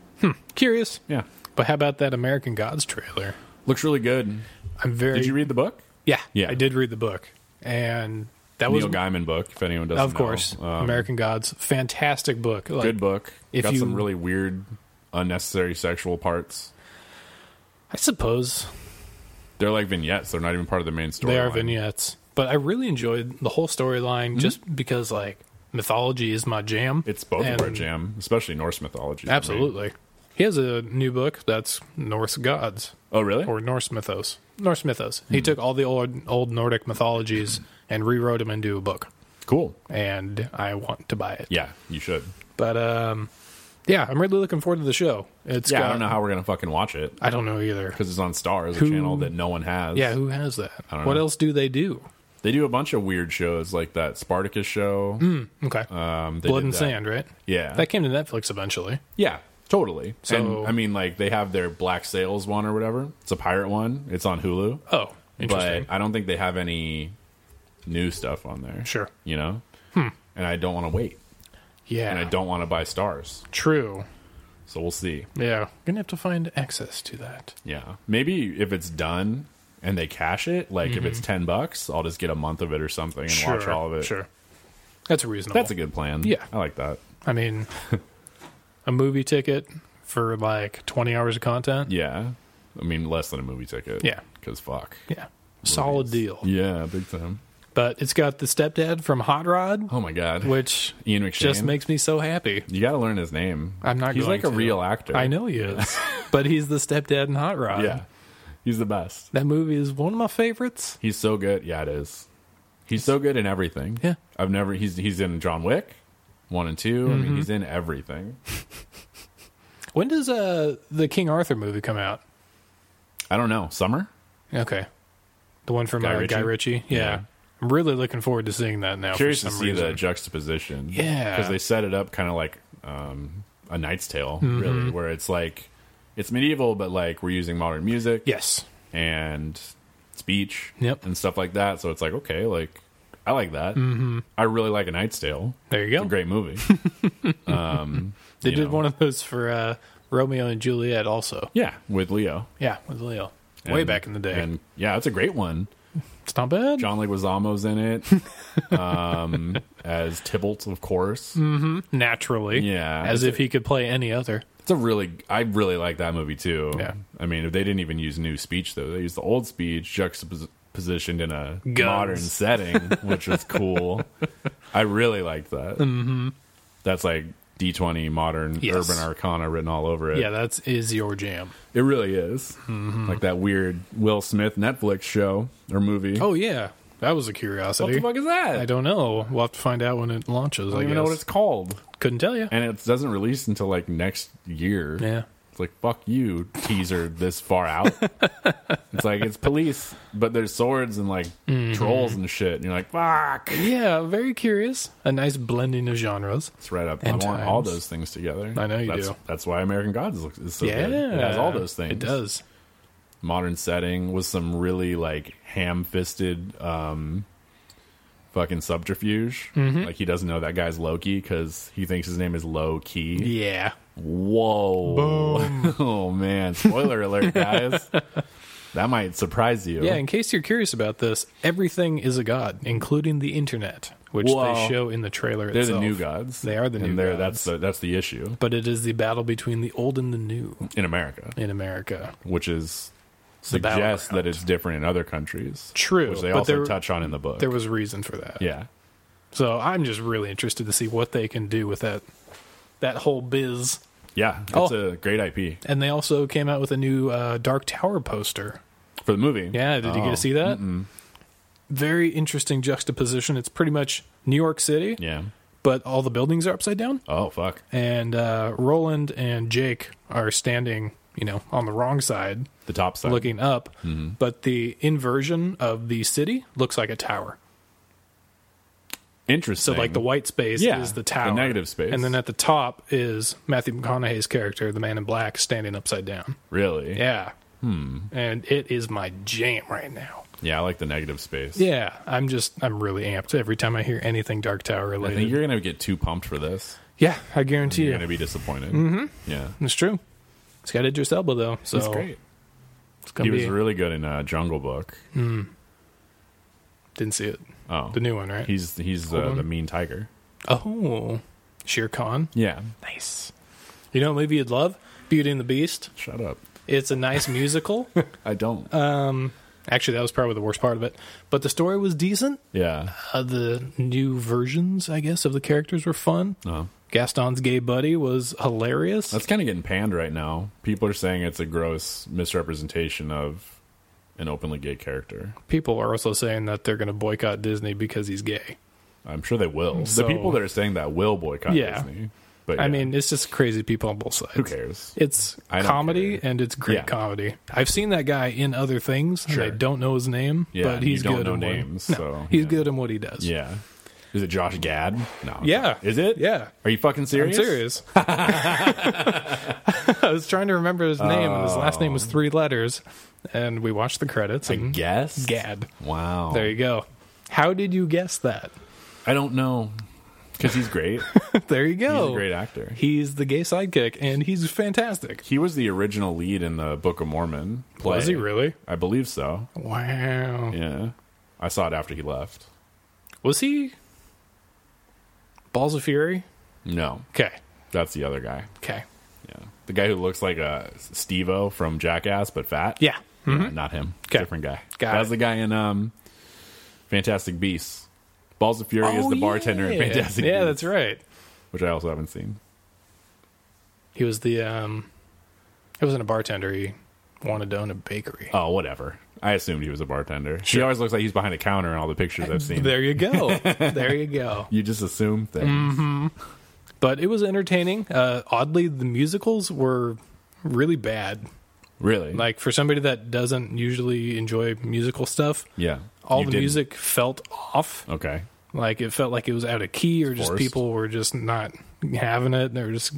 [SPEAKER 1] Curious,
[SPEAKER 2] yeah,
[SPEAKER 1] but how about that American Gods trailer?
[SPEAKER 2] looks really good.
[SPEAKER 1] I'm very
[SPEAKER 2] Did you read the book?
[SPEAKER 1] yeah
[SPEAKER 2] Yeah.
[SPEAKER 1] I did read the book, and that was
[SPEAKER 2] Neil Gaiman book. If anyone doesn't,
[SPEAKER 1] of course
[SPEAKER 2] know. Um,
[SPEAKER 1] American Gods, fantastic book. Like,
[SPEAKER 2] good book.
[SPEAKER 1] if
[SPEAKER 2] Got some
[SPEAKER 1] you-
[SPEAKER 2] really weird, unnecessary sexual parts.
[SPEAKER 1] I suppose
[SPEAKER 2] They're like vignettes. They're not even part of the main story.
[SPEAKER 1] they are vignettes, but I really enjoyed the whole storyline just because like mythology is my jam.
[SPEAKER 2] Mm-hmm. It's both of our
[SPEAKER 1] And-
[SPEAKER 2] jam, especially Norse mythology. I mean.
[SPEAKER 1] Absolutely. He has a new book that's Norse gods.
[SPEAKER 2] Oh, really?
[SPEAKER 1] or Norse mythos. Norse mythos.
[SPEAKER 2] Hmm.
[SPEAKER 1] He took all the old old Nordic mythologies and rewrote them into a book.
[SPEAKER 2] cool.
[SPEAKER 1] And I want to buy it.
[SPEAKER 2] Yeah, you should.
[SPEAKER 1] But um, yeah, I'm really looking forward to the show. It's
[SPEAKER 2] yeah,
[SPEAKER 1] got,
[SPEAKER 2] I don't know how we're gonna fucking watch it
[SPEAKER 1] I don't know either.
[SPEAKER 2] because it's on Stars, a
[SPEAKER 1] Who-
[SPEAKER 2] channel that no one has.
[SPEAKER 1] Yeah, who has that?
[SPEAKER 2] I don't
[SPEAKER 1] What
[SPEAKER 2] know.
[SPEAKER 1] else do they do?
[SPEAKER 2] they do a bunch of weird shows like that Spartacus show,
[SPEAKER 1] Okay,
[SPEAKER 2] um, they
[SPEAKER 1] Mm, Blood
[SPEAKER 2] did
[SPEAKER 1] and
[SPEAKER 2] that.
[SPEAKER 1] Sand, right?
[SPEAKER 2] Yeah,
[SPEAKER 1] That came to Netflix eventually.
[SPEAKER 2] yeah, totally.
[SPEAKER 1] So-
[SPEAKER 2] and, I mean, like they have their Black Sails one or whatever. It's a pirate one. It's on Hulu,
[SPEAKER 1] Oh, interesting.
[SPEAKER 2] but I don't think they have any new stuff on there.
[SPEAKER 1] Sure. Hmm.
[SPEAKER 2] you know, and I don't want to wait,
[SPEAKER 1] yeah,
[SPEAKER 2] and I don't want to buy Stars,
[SPEAKER 1] True.
[SPEAKER 2] so we'll see.
[SPEAKER 1] Yeah, gonna have to find access to that.
[SPEAKER 2] Yeah. Maybe if it's done and they cash it, like if it's 10 bucks, I'll just get a month of it or something and watch all of it.
[SPEAKER 1] Mm-hmm. Sure, that's reasonable.
[SPEAKER 2] That's a good plan.
[SPEAKER 1] Yeah.
[SPEAKER 2] I like that.
[SPEAKER 1] I mean, a movie ticket for like 20 hours of content.
[SPEAKER 2] Yeah. I mean, less than a movie ticket.
[SPEAKER 1] Yeah.
[SPEAKER 2] Because fuck.
[SPEAKER 1] Yeah. Solid deal.
[SPEAKER 2] Yeah, big time.
[SPEAKER 1] But it's got the stepdad from Hot Rod,
[SPEAKER 2] Oh my God.
[SPEAKER 1] which
[SPEAKER 2] Ian McShane.
[SPEAKER 1] just makes me so happy.
[SPEAKER 2] you got to learn his name.
[SPEAKER 1] I'm not
[SPEAKER 2] He's
[SPEAKER 1] going
[SPEAKER 2] like a
[SPEAKER 1] to.
[SPEAKER 2] real actor.
[SPEAKER 1] I know he is, but he's the stepdad in Hot Rod.
[SPEAKER 2] Yeah. He's the best.
[SPEAKER 1] That movie is one of my favorites.
[SPEAKER 2] He's so good. Yeah, it is. He's so good in everything.
[SPEAKER 1] Yeah.
[SPEAKER 2] I've never, he's, he's in John Wick one and 2 I
[SPEAKER 1] Mm-hmm.
[SPEAKER 2] mean, he's in everything.
[SPEAKER 1] When does uh, the King Arthur movie come out?
[SPEAKER 2] I don't know. Summer?
[SPEAKER 1] Okay. The one from
[SPEAKER 2] Guy
[SPEAKER 1] uh,
[SPEAKER 2] Ritchie?
[SPEAKER 1] Guy Ritchie? Yeah.
[SPEAKER 2] Yeah.
[SPEAKER 1] I'm really looking forward to seeing that now.
[SPEAKER 2] curious
[SPEAKER 1] for
[SPEAKER 2] to
[SPEAKER 1] some
[SPEAKER 2] see the
[SPEAKER 1] reason.
[SPEAKER 2] juxtaposition.
[SPEAKER 1] Yeah.
[SPEAKER 2] because they set it up kind of like um, a Knight's Tale,
[SPEAKER 1] Mm-hmm.
[SPEAKER 2] really, where it's like it's medieval, but like we're using modern music,
[SPEAKER 1] Yes.
[SPEAKER 2] and speech,
[SPEAKER 1] Yep.
[SPEAKER 2] and stuff like that. So it's like okay, like I like that.
[SPEAKER 1] Mm-hmm.
[SPEAKER 2] I really like a Knight's Tale.
[SPEAKER 1] There you go.
[SPEAKER 2] It's a great movie. um,
[SPEAKER 1] They
[SPEAKER 2] you
[SPEAKER 1] did
[SPEAKER 2] know.
[SPEAKER 1] one of those for uh, Romeo and Juliet also.
[SPEAKER 2] yeah, with Leo.
[SPEAKER 1] Yeah, with Leo. Way
[SPEAKER 2] And-
[SPEAKER 1] back in the day.
[SPEAKER 2] and yeah, it's a great one.
[SPEAKER 1] it's not bad.
[SPEAKER 2] John Leguizamo's in it um, as Tybalt, of course.
[SPEAKER 1] Naturally.
[SPEAKER 2] Yeah.
[SPEAKER 1] As if he could play any other.
[SPEAKER 2] It's It's a really, I really like that movie too.
[SPEAKER 1] Yeah.
[SPEAKER 2] I mean, they didn't even use new speech though. They used the old speech juxtapositioned in a
[SPEAKER 1] Guns.
[SPEAKER 2] modern setting, which was cool. I really liked that. Mm-hmm. That's like D20 modern
[SPEAKER 1] Yes.
[SPEAKER 2] urban arcana written all over it.
[SPEAKER 1] Yeah, that's is your jam.
[SPEAKER 2] It really is.
[SPEAKER 1] Mm-hmm.
[SPEAKER 2] Like that weird Will Smith Netflix show or movie.
[SPEAKER 1] Oh yeah, that was a
[SPEAKER 2] what
[SPEAKER 1] curiosity.
[SPEAKER 2] the fuck is that?
[SPEAKER 1] I don't know. We'll have to find out when it launches. I,
[SPEAKER 2] don't
[SPEAKER 1] guess.
[SPEAKER 2] even know what it's called.
[SPEAKER 1] Couldn't tell you.
[SPEAKER 2] And it doesn't release until like next year.
[SPEAKER 1] Yeah.
[SPEAKER 2] It's like fuck you, teaser this far out. it's like it's police, but there's swords and like
[SPEAKER 1] Mm-hmm.
[SPEAKER 2] trolls and shit. And you're like, fuck.
[SPEAKER 1] Yeah, very curious. A nice blending of genres.
[SPEAKER 2] It's right up. I
[SPEAKER 1] And
[SPEAKER 2] want all
[SPEAKER 1] times.
[SPEAKER 2] those things together.
[SPEAKER 1] I know you
[SPEAKER 2] that's,
[SPEAKER 1] do.
[SPEAKER 2] That's why American Gods looks is so
[SPEAKER 1] yeah,
[SPEAKER 2] good. It has all those things.
[SPEAKER 1] It does.
[SPEAKER 2] modern setting with some really like ham fisted um fucking subterfuge.
[SPEAKER 1] Mm-hmm.
[SPEAKER 2] Like he doesn't know that guy's Loki because he thinks his name is Low Key.
[SPEAKER 1] Yeah,
[SPEAKER 2] Whoa. oh man. Spoiler alert, guys. That might surprise you.
[SPEAKER 1] yeah. In case you're curious about this, everything is a god, including the internet, which
[SPEAKER 2] Well,
[SPEAKER 1] they show in the trailer.
[SPEAKER 2] They're
[SPEAKER 1] itself.
[SPEAKER 2] the new gods.
[SPEAKER 1] They are the new
[SPEAKER 2] and they're-
[SPEAKER 1] gods.
[SPEAKER 2] That's the that's the issue
[SPEAKER 1] But it is the battle between the old and the new
[SPEAKER 2] in America,
[SPEAKER 1] in America.
[SPEAKER 2] which is
[SPEAKER 1] battle
[SPEAKER 2] suggests that
[SPEAKER 1] ground.
[SPEAKER 2] it's different in other countries.
[SPEAKER 1] True,
[SPEAKER 2] which they
[SPEAKER 1] but
[SPEAKER 2] also
[SPEAKER 1] there-
[SPEAKER 2] touch on in the book.
[SPEAKER 1] There was reason for that.
[SPEAKER 2] yeah,
[SPEAKER 1] So I'm just really interested to see what they can do with that that whole biz.
[SPEAKER 2] yeah, it's
[SPEAKER 1] Oh.
[SPEAKER 2] a great IP
[SPEAKER 1] And they also came out with a new uh, Dark Tower poster.
[SPEAKER 2] for the movie.
[SPEAKER 1] Yeah, did you get
[SPEAKER 2] Oh.
[SPEAKER 1] to see that? Very interesting juxtaposition. It's pretty much New York City,
[SPEAKER 2] Yeah.
[SPEAKER 1] but all the buildings are upside down.
[SPEAKER 2] Oh fuck.
[SPEAKER 1] And uh, Roland and Jake are standing, you know, on the wrong side,
[SPEAKER 2] The top side.
[SPEAKER 1] looking up.
[SPEAKER 2] Mm-hmm.
[SPEAKER 1] But the inversion of the city looks like a tower. So
[SPEAKER 2] interesting.
[SPEAKER 1] like the white space
[SPEAKER 2] Yeah,
[SPEAKER 1] is the
[SPEAKER 2] the
[SPEAKER 1] tower,
[SPEAKER 2] negative space.
[SPEAKER 1] and then at the top is Matthew McConaughey's character, the Man in Black, standing upside down.
[SPEAKER 2] really.
[SPEAKER 1] Yeah, hmm. and it is my jam right now.
[SPEAKER 2] Yeah, I like the negative space.
[SPEAKER 1] Yeah, I'm just I'm really amped every time I hear anything Dark Tower
[SPEAKER 2] I
[SPEAKER 1] related.
[SPEAKER 2] think you're gonna get too pumped for this.
[SPEAKER 1] yeah, I guarantee
[SPEAKER 2] You're
[SPEAKER 1] you,
[SPEAKER 2] gonna be disappointed. Mm-hmm. Yeah.
[SPEAKER 1] it's true. It's got Idris Elba though, so
[SPEAKER 2] That's great.
[SPEAKER 1] It's
[SPEAKER 2] He
[SPEAKER 1] gonna
[SPEAKER 2] was
[SPEAKER 1] be.
[SPEAKER 2] really good in uh, Jungle Book.
[SPEAKER 1] didn't see it.
[SPEAKER 2] Oh,
[SPEAKER 1] The new one, right?
[SPEAKER 2] he's he's uh,
[SPEAKER 1] on.
[SPEAKER 2] the mean tiger.
[SPEAKER 1] oh, Shere Khan.
[SPEAKER 2] Yeah.
[SPEAKER 1] Nice. You know, maybe you'd love Beauty and the Beast.
[SPEAKER 2] Shut up.
[SPEAKER 1] It's a nice musical.
[SPEAKER 2] I don't.
[SPEAKER 1] Uh, Actually, that was probably the worst part of it. But the story was decent.
[SPEAKER 2] yeah.
[SPEAKER 1] Uh, the new versions, I guess, of the characters were fun.
[SPEAKER 2] Oh.
[SPEAKER 1] Gaston's gay buddy was hilarious.
[SPEAKER 2] That's kind of getting panned right now. People are saying it's a gross misrepresentation of an openly gay character.
[SPEAKER 1] People are also saying that they're going to boycott Disney because he's gay.
[SPEAKER 2] I'm sure they will.
[SPEAKER 1] So-
[SPEAKER 2] the people that are saying that will boycott
[SPEAKER 1] Yeah.
[SPEAKER 2] Disney. But
[SPEAKER 1] I
[SPEAKER 2] yeah,
[SPEAKER 1] mean, it's just crazy people on both sides.
[SPEAKER 2] who cares?
[SPEAKER 1] It's
[SPEAKER 2] I don't
[SPEAKER 1] comedy
[SPEAKER 2] care.
[SPEAKER 1] and it's great
[SPEAKER 2] Yeah.
[SPEAKER 1] comedy. I've seen that guy in other things. and I
[SPEAKER 2] Sure.
[SPEAKER 1] don't know his name,
[SPEAKER 2] Yeah,
[SPEAKER 1] but
[SPEAKER 2] you
[SPEAKER 1] he's
[SPEAKER 2] don't
[SPEAKER 1] good
[SPEAKER 2] know
[SPEAKER 1] in what-
[SPEAKER 2] names,
[SPEAKER 1] No,
[SPEAKER 2] so,
[SPEAKER 1] he's
[SPEAKER 2] yeah.
[SPEAKER 1] good in what he does.
[SPEAKER 2] Yeah. Is it Josh Gad? No. I'm
[SPEAKER 1] Yeah.
[SPEAKER 2] kidding. Is it?
[SPEAKER 1] Yeah.
[SPEAKER 2] Are you fucking
[SPEAKER 1] I'm
[SPEAKER 2] serious?
[SPEAKER 1] serious. I was trying to remember his name, and his last name was three letters. And we watched the credits.
[SPEAKER 2] Oh. I
[SPEAKER 1] And
[SPEAKER 2] guess.
[SPEAKER 1] Mm-hmm. Gad.
[SPEAKER 2] Wow.
[SPEAKER 1] There you go. How did you guess that?
[SPEAKER 2] I don't know. Because he's great.
[SPEAKER 1] there you
[SPEAKER 2] He's
[SPEAKER 1] go.
[SPEAKER 2] a great actor.
[SPEAKER 1] He's the gay sidekick, and he's fantastic.
[SPEAKER 2] He was the original lead in the Book of Mormon play.
[SPEAKER 1] Was he really?
[SPEAKER 2] I believe so.
[SPEAKER 1] Wow.
[SPEAKER 2] Yeah. I saw it after he left.
[SPEAKER 1] Was he Balls of Fury?
[SPEAKER 2] No.
[SPEAKER 1] Okay.
[SPEAKER 2] That's the other guy.
[SPEAKER 1] Okay.
[SPEAKER 2] Yeah. The guy who looks like uh, Steve O from Jackass, but fat.
[SPEAKER 1] Yeah. Mm-hmm.
[SPEAKER 2] Yeah, not him.
[SPEAKER 1] Okay.
[SPEAKER 2] Different guy.
[SPEAKER 1] Got
[SPEAKER 2] That's
[SPEAKER 1] it.
[SPEAKER 2] the guy in um, Fantastic Beasts. Balls of Fury is the bartender in Fantastic
[SPEAKER 1] Oh, Yeah,
[SPEAKER 2] Beasts,
[SPEAKER 1] that's right.
[SPEAKER 2] which I also haven't seen.
[SPEAKER 1] He was the um he wasn't a bartender, he wanted to own a bakery.
[SPEAKER 2] Oh, whatever. I assumed he was a bartender. He always looks like he's behind a counter in all the pictures I've seen.
[SPEAKER 1] There Mm-hmm. you go. there you go.
[SPEAKER 2] You just assume things.
[SPEAKER 1] But it was entertaining. Uh oddly the musicals were really bad.
[SPEAKER 2] Really?
[SPEAKER 1] Like for somebody that doesn't usually enjoy musical stuff,
[SPEAKER 2] yeah.
[SPEAKER 1] all
[SPEAKER 2] You
[SPEAKER 1] the
[SPEAKER 2] didn't-
[SPEAKER 1] music felt off.
[SPEAKER 2] Okay.
[SPEAKER 1] Like it felt like it was out of key, or just
[SPEAKER 2] Forced.
[SPEAKER 1] people were just not having it. They were just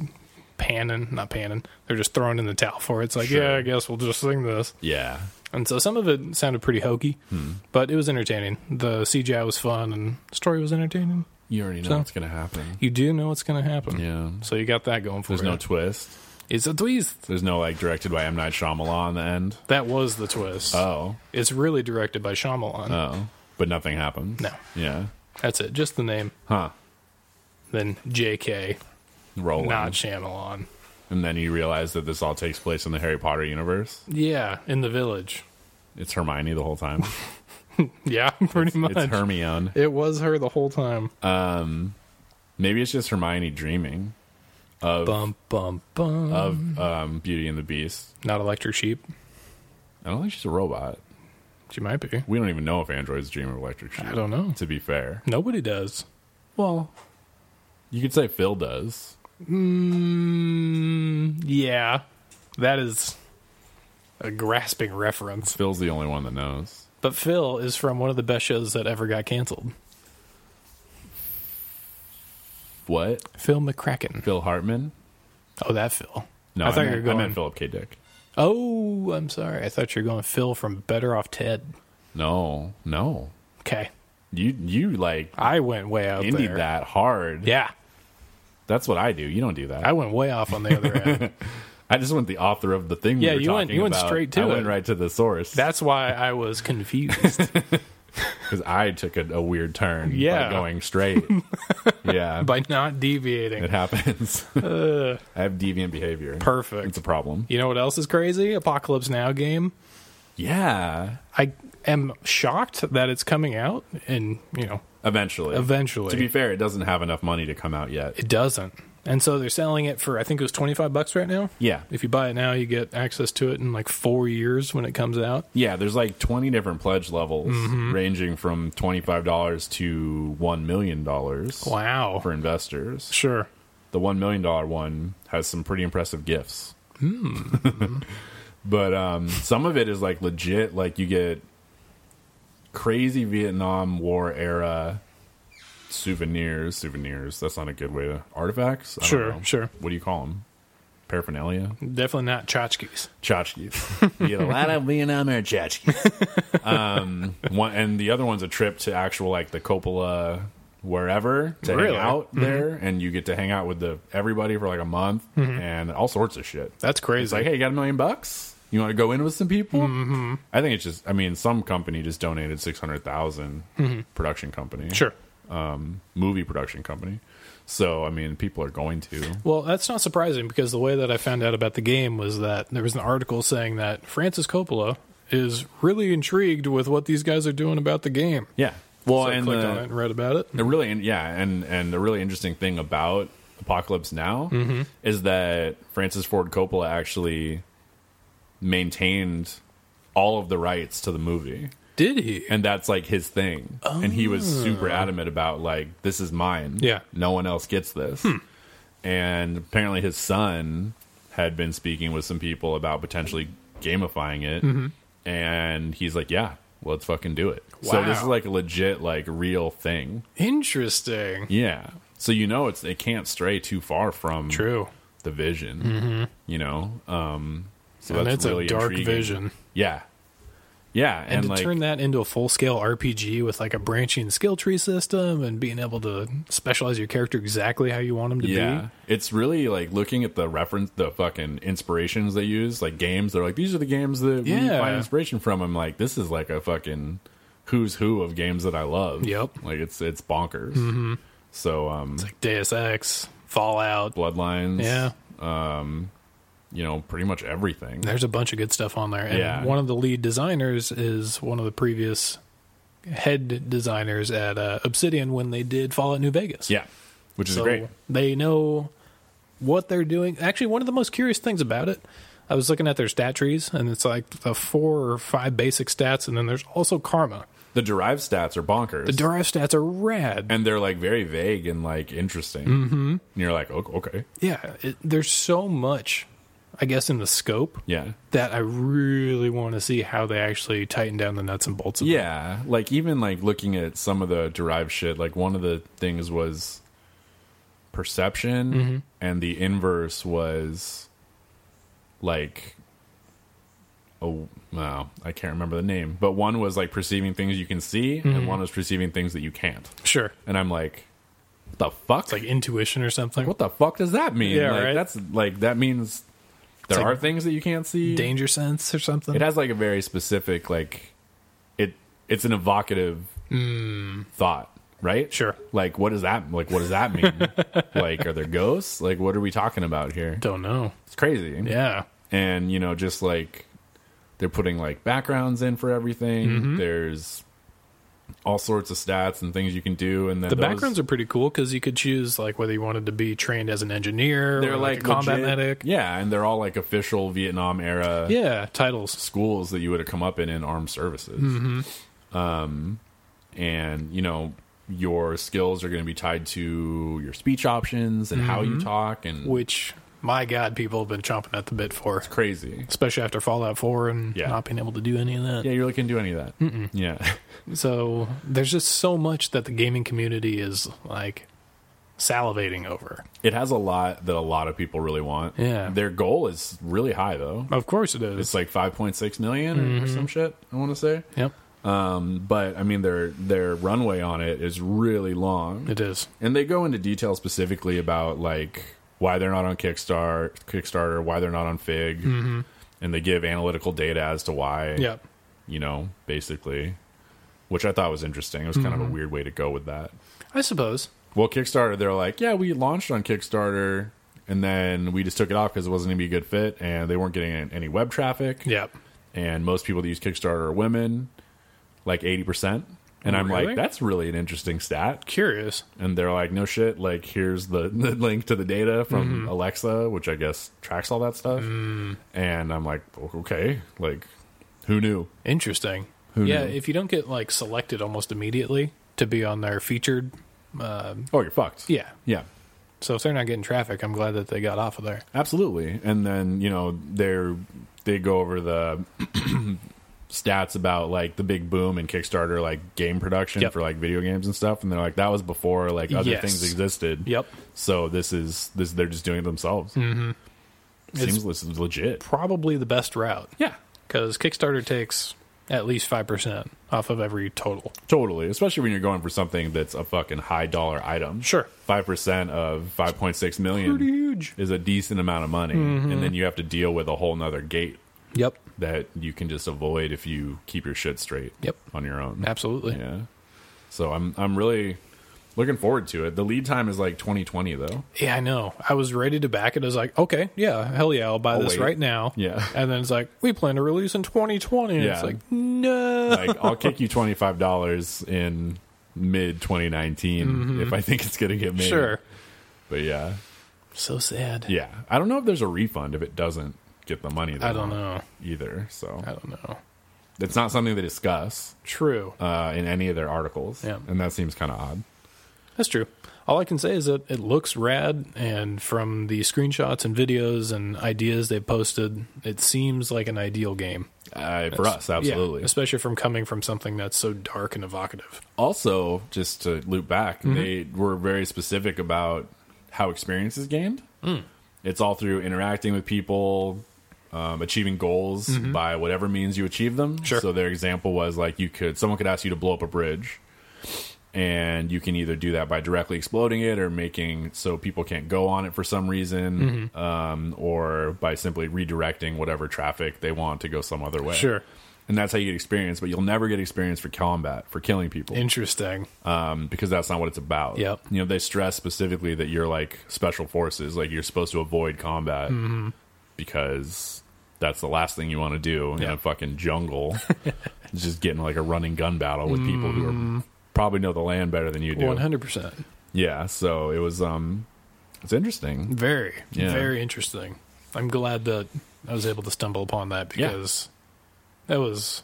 [SPEAKER 1] panning, not panning. They're just throwing in the towel for it. It's like,
[SPEAKER 2] Sure.
[SPEAKER 1] yeah, I guess we'll just sing this.
[SPEAKER 2] Yeah.
[SPEAKER 1] And so some of it sounded pretty hokey,
[SPEAKER 2] Hmm.
[SPEAKER 1] but it was entertaining. The CGI was fun, and the story was entertaining.
[SPEAKER 2] You already know
[SPEAKER 1] So-
[SPEAKER 2] what's going to happen.
[SPEAKER 1] You do know what's going to happen.
[SPEAKER 2] Yeah.
[SPEAKER 1] So you got that going for
[SPEAKER 2] There's
[SPEAKER 1] you.
[SPEAKER 2] no twist.
[SPEAKER 1] it's a twist.
[SPEAKER 2] There's no like directed by M Night Shyamalan on the end.
[SPEAKER 1] That was the twist.
[SPEAKER 2] Oh.
[SPEAKER 1] it's really directed by Shyamalan.
[SPEAKER 2] Oh. But nothing happens.
[SPEAKER 1] No.
[SPEAKER 2] Yeah.
[SPEAKER 1] That's it. Just the name.
[SPEAKER 2] Huh.
[SPEAKER 1] Then J.K.
[SPEAKER 2] Roll
[SPEAKER 1] Not Shyamalan.
[SPEAKER 2] and then you realize that this all takes place in the Harry Potter universe.
[SPEAKER 1] Yeah, in the village.
[SPEAKER 2] It's Hermione the whole time.
[SPEAKER 1] Yeah, pretty much.
[SPEAKER 2] it's Hermione.
[SPEAKER 1] It was her the whole time.
[SPEAKER 2] Maybe it's just Hermione dreaming
[SPEAKER 1] bum bum bum.
[SPEAKER 2] of um, Beauty and the Beast.
[SPEAKER 1] Not electric sheep.
[SPEAKER 2] I don't think she's a robot.
[SPEAKER 1] She might be.
[SPEAKER 2] We don't even know if androids dream of electric sheep.
[SPEAKER 1] I don't know.
[SPEAKER 2] To be fair,
[SPEAKER 1] Nobody does.
[SPEAKER 2] well, you could say Phil does.
[SPEAKER 1] Mm, yeah, that is a grasping reference.
[SPEAKER 2] Phil's the only one that knows.
[SPEAKER 1] But Phil is from one of the best shows that ever got canceled.
[SPEAKER 2] What?
[SPEAKER 1] Phil McCracken.
[SPEAKER 2] Phil Hartman?
[SPEAKER 1] Oh, that Phil.
[SPEAKER 2] No,
[SPEAKER 1] I
[SPEAKER 2] I,
[SPEAKER 1] thought you
[SPEAKER 2] meant,
[SPEAKER 1] were going-
[SPEAKER 2] I meant Philip K. Dick.
[SPEAKER 1] Oh, I'm sorry. I thought you were going Phil from Better Off Ted.
[SPEAKER 2] No, no.
[SPEAKER 1] Okay,
[SPEAKER 2] You you like
[SPEAKER 1] I went way out
[SPEAKER 2] indied
[SPEAKER 1] there.
[SPEAKER 2] that hard.
[SPEAKER 1] Yeah,
[SPEAKER 2] That's what I do. You don't do that.
[SPEAKER 1] I
[SPEAKER 2] I,
[SPEAKER 1] went way off on the other end.
[SPEAKER 2] just went the author of the thing.
[SPEAKER 1] Yeah,
[SPEAKER 2] we were
[SPEAKER 1] you went-
[SPEAKER 2] talking
[SPEAKER 1] you went
[SPEAKER 2] about.
[SPEAKER 1] straight to
[SPEAKER 2] I
[SPEAKER 1] it.
[SPEAKER 2] went right to the source.
[SPEAKER 1] That's why I was confused
[SPEAKER 2] because I took a, a weird turn. by
[SPEAKER 1] Yeah.
[SPEAKER 2] going straight. yeah,
[SPEAKER 1] by not deviating.
[SPEAKER 2] it happens. I have deviant behavior.
[SPEAKER 1] Uh, Perfect.
[SPEAKER 2] It's a problem.
[SPEAKER 1] You know what else is crazy? Apocalypse Now game.
[SPEAKER 2] Yeah,
[SPEAKER 1] I am shocked that it's coming out, and you know
[SPEAKER 2] eventually.
[SPEAKER 1] Eventually.
[SPEAKER 2] To be fair, it doesn't have enough money to come out yet.
[SPEAKER 1] it doesn't. And so they're selling it for I think it was twenty five bucks right now.
[SPEAKER 2] yeah,
[SPEAKER 1] If you buy it now, you get access to it in like four years when it comes out.
[SPEAKER 2] Yeah, there's like 20 different pledge levels
[SPEAKER 1] Mm-hmm.
[SPEAKER 2] ranging from $25 to $1 million
[SPEAKER 1] Wow.
[SPEAKER 2] for investors.
[SPEAKER 1] Sure.
[SPEAKER 2] The $1 million one has some pretty impressive gifts.
[SPEAKER 1] Hmm.
[SPEAKER 2] but um, some of it is like legit. Like you get crazy Vietnam War era souvenirs. Souvenirs, that's not a good way to. Artifacts? I don't
[SPEAKER 1] Sure,
[SPEAKER 2] know.
[SPEAKER 1] sure.
[SPEAKER 2] What do you call them? Paraphernalia?
[SPEAKER 1] Definitely not tchotchkes.
[SPEAKER 2] tchotchkes. You get a lot of Vietnam era tchotchkes. um, one, and the other one's a trip to actual like the Coppola wherever to
[SPEAKER 1] Really? Mm-hmm.
[SPEAKER 2] hang out there, and you get to hang out with the everybody for like a month
[SPEAKER 1] Mm-hmm.
[SPEAKER 2] and all sorts of shit.
[SPEAKER 1] That's crazy.
[SPEAKER 2] It's like, hey, you got a million bucks? You want to go in with some people? Mm-hmm. I think it's just. I mean, some company just donated six Production company,
[SPEAKER 1] Mm-hmm. Sure.
[SPEAKER 2] movie production company. So I mean, people are going to.
[SPEAKER 1] Well, that's not surprising because the way that I found out about the game was that there was an article saying that Francis Coppola is really intrigued with what these guys are doing about the game.
[SPEAKER 2] Yeah.
[SPEAKER 1] So I clicked on it and read about it.
[SPEAKER 2] The really, yeah, and and the really interesting thing about Apocalypse Now
[SPEAKER 1] Mm-hmm.
[SPEAKER 2] is that Francis Ford Coppola actually maintained all of the rights to the movie,
[SPEAKER 1] Did he?
[SPEAKER 2] and that's like his thing. And he was super adamant about like this is mine.
[SPEAKER 1] Oh. Yeah. Hmm.
[SPEAKER 2] no one else gets this. And apparently, his son had been speaking with some people about potentially gamifying it,
[SPEAKER 1] Mm-hmm.
[SPEAKER 2] and he's like, "Yeah, let's fucking do it." So this
[SPEAKER 1] Wow.
[SPEAKER 2] is like a legit, like real thing.
[SPEAKER 1] Interesting.
[SPEAKER 2] Yeah. So you know it's it can't stray too far from
[SPEAKER 1] True.
[SPEAKER 2] the vision. Mm-hmm. You know, um, so
[SPEAKER 1] and
[SPEAKER 2] that's
[SPEAKER 1] it's
[SPEAKER 2] really
[SPEAKER 1] a dark
[SPEAKER 2] intriguing.
[SPEAKER 1] vision.
[SPEAKER 2] Yeah, yeah,
[SPEAKER 1] And,
[SPEAKER 2] and,
[SPEAKER 1] to
[SPEAKER 2] like
[SPEAKER 1] turn that into a full scale RPG with like a branching skill tree system and being able to specialize your character exactly how you want them to
[SPEAKER 2] yeah, it's really like looking at the reference, the fucking inspirations they use, like games. They're like these are the games that we
[SPEAKER 1] Yeah.
[SPEAKER 2] find inspiration from. I'm like, this is like a fucking who's who of games that I love.
[SPEAKER 1] Yep.
[SPEAKER 2] like it's it's bonkers. So um,
[SPEAKER 1] be. Like Deus Ex, Fallout.
[SPEAKER 2] bloodlines.
[SPEAKER 1] Yeah.
[SPEAKER 2] you know, pretty much everything.
[SPEAKER 1] There's a bunch of good stuff on there. And
[SPEAKER 2] Yeah.
[SPEAKER 1] one of the lead designers is one of the previous head designers at uh, Obsidian when they did Fallout New Vegas.
[SPEAKER 2] Yeah, which is
[SPEAKER 1] So
[SPEAKER 2] great.
[SPEAKER 1] they know what they're doing. Actually, one of the most curious things about it, I was looking at their stat trees, and it's like the four or five basic stats, and then there's also karma.
[SPEAKER 2] The derived stats are bonkers.
[SPEAKER 1] The derived stats are rad.
[SPEAKER 2] and they're like very vague and like interesting. Mm-hmm. And you're like, "O- okay,
[SPEAKER 1] yeah, it, there's so much, I guess, in the scope
[SPEAKER 2] yeah,
[SPEAKER 1] that I really want to see how they actually tighten down the nuts and bolts. Of it.
[SPEAKER 2] yeah. Like even like looking at some of the derived shit. Like one of the things was perception,
[SPEAKER 1] Mm-hmm.
[SPEAKER 2] and the inverse was like. Oh, wow. I can't remember the name. But one was like perceiving things you can see,
[SPEAKER 1] Mm-hmm.
[SPEAKER 2] and one was perceiving things that you can't.
[SPEAKER 1] sure.
[SPEAKER 2] And I'm like, what the fuck?
[SPEAKER 1] Like intuition or something.
[SPEAKER 2] what the fuck does that mean?
[SPEAKER 1] Yeah,
[SPEAKER 2] like,
[SPEAKER 1] right.
[SPEAKER 2] That's like that means there
[SPEAKER 1] like
[SPEAKER 2] are things that you can't see.
[SPEAKER 1] danger sense or something?
[SPEAKER 2] It has like a very specific like it. It's an evocative thought right?
[SPEAKER 1] Hmm. Sure.
[SPEAKER 2] Like, what does that like? What does that mean? like, are there ghosts? Like, what are we talking about here?
[SPEAKER 1] Don't know.
[SPEAKER 2] It's crazy.
[SPEAKER 1] Yeah.
[SPEAKER 2] and you know just like they're putting like backgrounds in for everything
[SPEAKER 1] Mm-hmm.
[SPEAKER 2] there's all sorts of stats and things you can do and then
[SPEAKER 1] The backgrounds are pretty cool because you could choose like whether you wanted to be trained as an engineer,
[SPEAKER 2] they're
[SPEAKER 1] or like,
[SPEAKER 2] like
[SPEAKER 1] a combat
[SPEAKER 2] legit-
[SPEAKER 1] medic,
[SPEAKER 2] yeah and they're all like official vietnam era
[SPEAKER 1] yeah, titles.
[SPEAKER 2] schools that you would have come up in in armed services um and you know your skills are going to be tied to your speech options and how you talk and
[SPEAKER 1] which my god, people have been chomping at the bit for,
[SPEAKER 2] crazy
[SPEAKER 1] especially after Fallout Four and
[SPEAKER 2] Yeah.
[SPEAKER 1] not being able to do any of that.
[SPEAKER 2] yeah you really can do any of that yeah
[SPEAKER 1] So there's just so much that the gaming community is like salivating over.
[SPEAKER 2] It has a lot that a lot of people really want.
[SPEAKER 1] Yeah.
[SPEAKER 2] Their goal is really high though.
[SPEAKER 1] Of course it
[SPEAKER 2] It's
[SPEAKER 1] is.
[SPEAKER 2] like 5.6 million or some shit, I want to say.
[SPEAKER 1] Yep,
[SPEAKER 2] But I mean their their runway on it is really long.
[SPEAKER 1] it is.
[SPEAKER 2] and they go into detail specifically about like why they're not on Kickstarter, Kickstarter, why they're not on Fig. And they give analytical data as to why.
[SPEAKER 1] Yep.
[SPEAKER 2] You know, basically, which I thought was interesting. It was kind of a weird way to go with that.
[SPEAKER 1] I suppose.
[SPEAKER 2] Well, Kickstarter, they're like, yeah, we launched on Kickstarter, and then we just took it off because it wasn't going to be a good fit, and they weren't getting any web traffic.
[SPEAKER 1] Yep.
[SPEAKER 2] And most people that use Kickstarter are women, like 80%. And I'm
[SPEAKER 1] Really?
[SPEAKER 2] like, that's really an interesting stat.
[SPEAKER 1] Curious.
[SPEAKER 2] And they're like, no shit. Like, here's the, the link to the data from
[SPEAKER 1] Mm-hmm.
[SPEAKER 2] Alexa, which I guess tracks all that stuff.
[SPEAKER 1] Mm.
[SPEAKER 2] And I'm like, okay, like, who knew?
[SPEAKER 1] Interesting.
[SPEAKER 2] Who
[SPEAKER 1] yeah,
[SPEAKER 2] knew?
[SPEAKER 1] if you don't get like selected almost immediately to be on their featured, uh,
[SPEAKER 2] Oh, you're fucked.
[SPEAKER 1] yeah.
[SPEAKER 2] Yeah.
[SPEAKER 1] So if they're not getting traffic, I'm glad that they got off of there.
[SPEAKER 2] Absolutely. And then, you know, they're they go over the stats about like the big boom in Kickstarter like game production
[SPEAKER 1] Yep.
[SPEAKER 2] for like video games and stuff and they're like that was before like other
[SPEAKER 1] Yes.
[SPEAKER 2] things existed.
[SPEAKER 1] Yep.
[SPEAKER 2] So this is this they're just doing it themselves. Mm-hmm. Seems this is legit.
[SPEAKER 1] Probably the best route
[SPEAKER 2] Yeah.
[SPEAKER 1] because Kickstarter takes at least five percent off of every total.
[SPEAKER 2] Totally. Especially when you're going for something that's a fucking high dollar item.
[SPEAKER 1] Sure.
[SPEAKER 2] Five percent of five point six million
[SPEAKER 1] Pretty huge. Mm-hmm.
[SPEAKER 2] is a decent amount of money. And then you have to deal with a whole nother gate
[SPEAKER 1] Yep.
[SPEAKER 2] that you can just avoid if you keep your shit straight.
[SPEAKER 1] Yep.
[SPEAKER 2] On your own.
[SPEAKER 1] Absolutely.
[SPEAKER 2] Yeah. So I'm I'm really looking forward to it. The lead time is like 2020 though.
[SPEAKER 1] Yeah, I know. I was ready to back it. I was like, okay, yeah, hell yeah, I'll buy this
[SPEAKER 2] wait.
[SPEAKER 1] right now.
[SPEAKER 2] Yeah.
[SPEAKER 1] And then it's like, we plan to release in 2020. And
[SPEAKER 2] Yeah.
[SPEAKER 1] It's like, no.
[SPEAKER 2] Like I'll kick you twenty five dollars in mid 2019 if I think it's gonna get made.
[SPEAKER 1] Mm-hmm. sure.
[SPEAKER 2] But yeah,
[SPEAKER 1] So sad.
[SPEAKER 2] yeah. I don't know if there's a refund if it doesn't get the money. they
[SPEAKER 1] I don't
[SPEAKER 2] want
[SPEAKER 1] know.
[SPEAKER 2] either. So
[SPEAKER 1] I don't know.
[SPEAKER 2] it's not something they discuss
[SPEAKER 1] True.
[SPEAKER 2] uh, in any of their articles.
[SPEAKER 1] Yeah.
[SPEAKER 2] And that seems kind of odd.
[SPEAKER 1] That's true. All I can say is that it looks rad, and from the screenshots and videos and ideas they posted, it seems like an ideal game.
[SPEAKER 2] Uh, for us, absolutely.
[SPEAKER 1] Yeah, especially from coming from something that's so dark and evocative.
[SPEAKER 2] also just to loop back
[SPEAKER 1] Mm-hmm.
[SPEAKER 2] they were very specific about how experience is gained
[SPEAKER 1] Mm.
[SPEAKER 2] it's all through interacting with people um, achieving goals by whatever means you achieve them
[SPEAKER 1] Mm-hmm. Sure.
[SPEAKER 2] so their example was like you could someone could ask you to blow up a bridge and you can either do that by directly exploding it or making so people can't go on it for some reason
[SPEAKER 1] Mm-hmm.
[SPEAKER 2] um, or by simply redirecting whatever traffic they want to go some other way
[SPEAKER 1] Sure.
[SPEAKER 2] and that's how you get experience but you'll never get experience for combat for killing people
[SPEAKER 1] Interesting.
[SPEAKER 2] um, because that's not what it's about.
[SPEAKER 1] Yep.
[SPEAKER 2] You know, they stress specifically that you're like special forces, like you're supposed to avoid combat
[SPEAKER 1] Mm-hmm.
[SPEAKER 2] because that's the last thing you want to do in
[SPEAKER 1] Yeah.
[SPEAKER 2] a fucking jungle. It's just getting like a running gun battle with people who are probably know the land better than you do.
[SPEAKER 1] Mm-hmm. One hundred percent.
[SPEAKER 2] Yeah. So it was, um, it's interesting.
[SPEAKER 1] Very,
[SPEAKER 2] Yeah.
[SPEAKER 1] very interesting. I'm glad that I was able to stumble upon that
[SPEAKER 2] Yeah.
[SPEAKER 1] because that was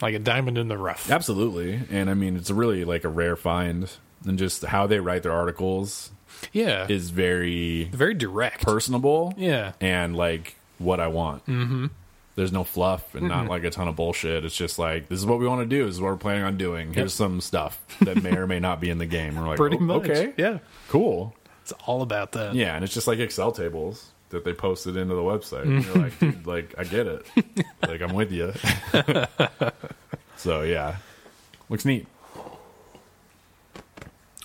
[SPEAKER 1] like a diamond in the rough.
[SPEAKER 2] Absolutely. And I mean, it's really like a rare find. And just how they write their articles
[SPEAKER 1] Yeah.
[SPEAKER 2] is very
[SPEAKER 1] very direct.
[SPEAKER 2] personable.
[SPEAKER 1] Yeah.
[SPEAKER 2] and like what I want. Mm-hmm. There's no fluff and not like a ton of bullshit. It's just like this is what we want to do. This is what we're planning on doing. Here's some stuff that may or may not be in the game. We're like,
[SPEAKER 1] Pretty
[SPEAKER 2] "Oh,
[SPEAKER 1] much.
[SPEAKER 2] okay,
[SPEAKER 1] Yeah.
[SPEAKER 2] cool,
[SPEAKER 1] It's all about that.
[SPEAKER 2] yeah. And it's just like Excel tables that they posted into the website. And you're like, dude, like I get it. Like I'm with you. so yeah, looks neat.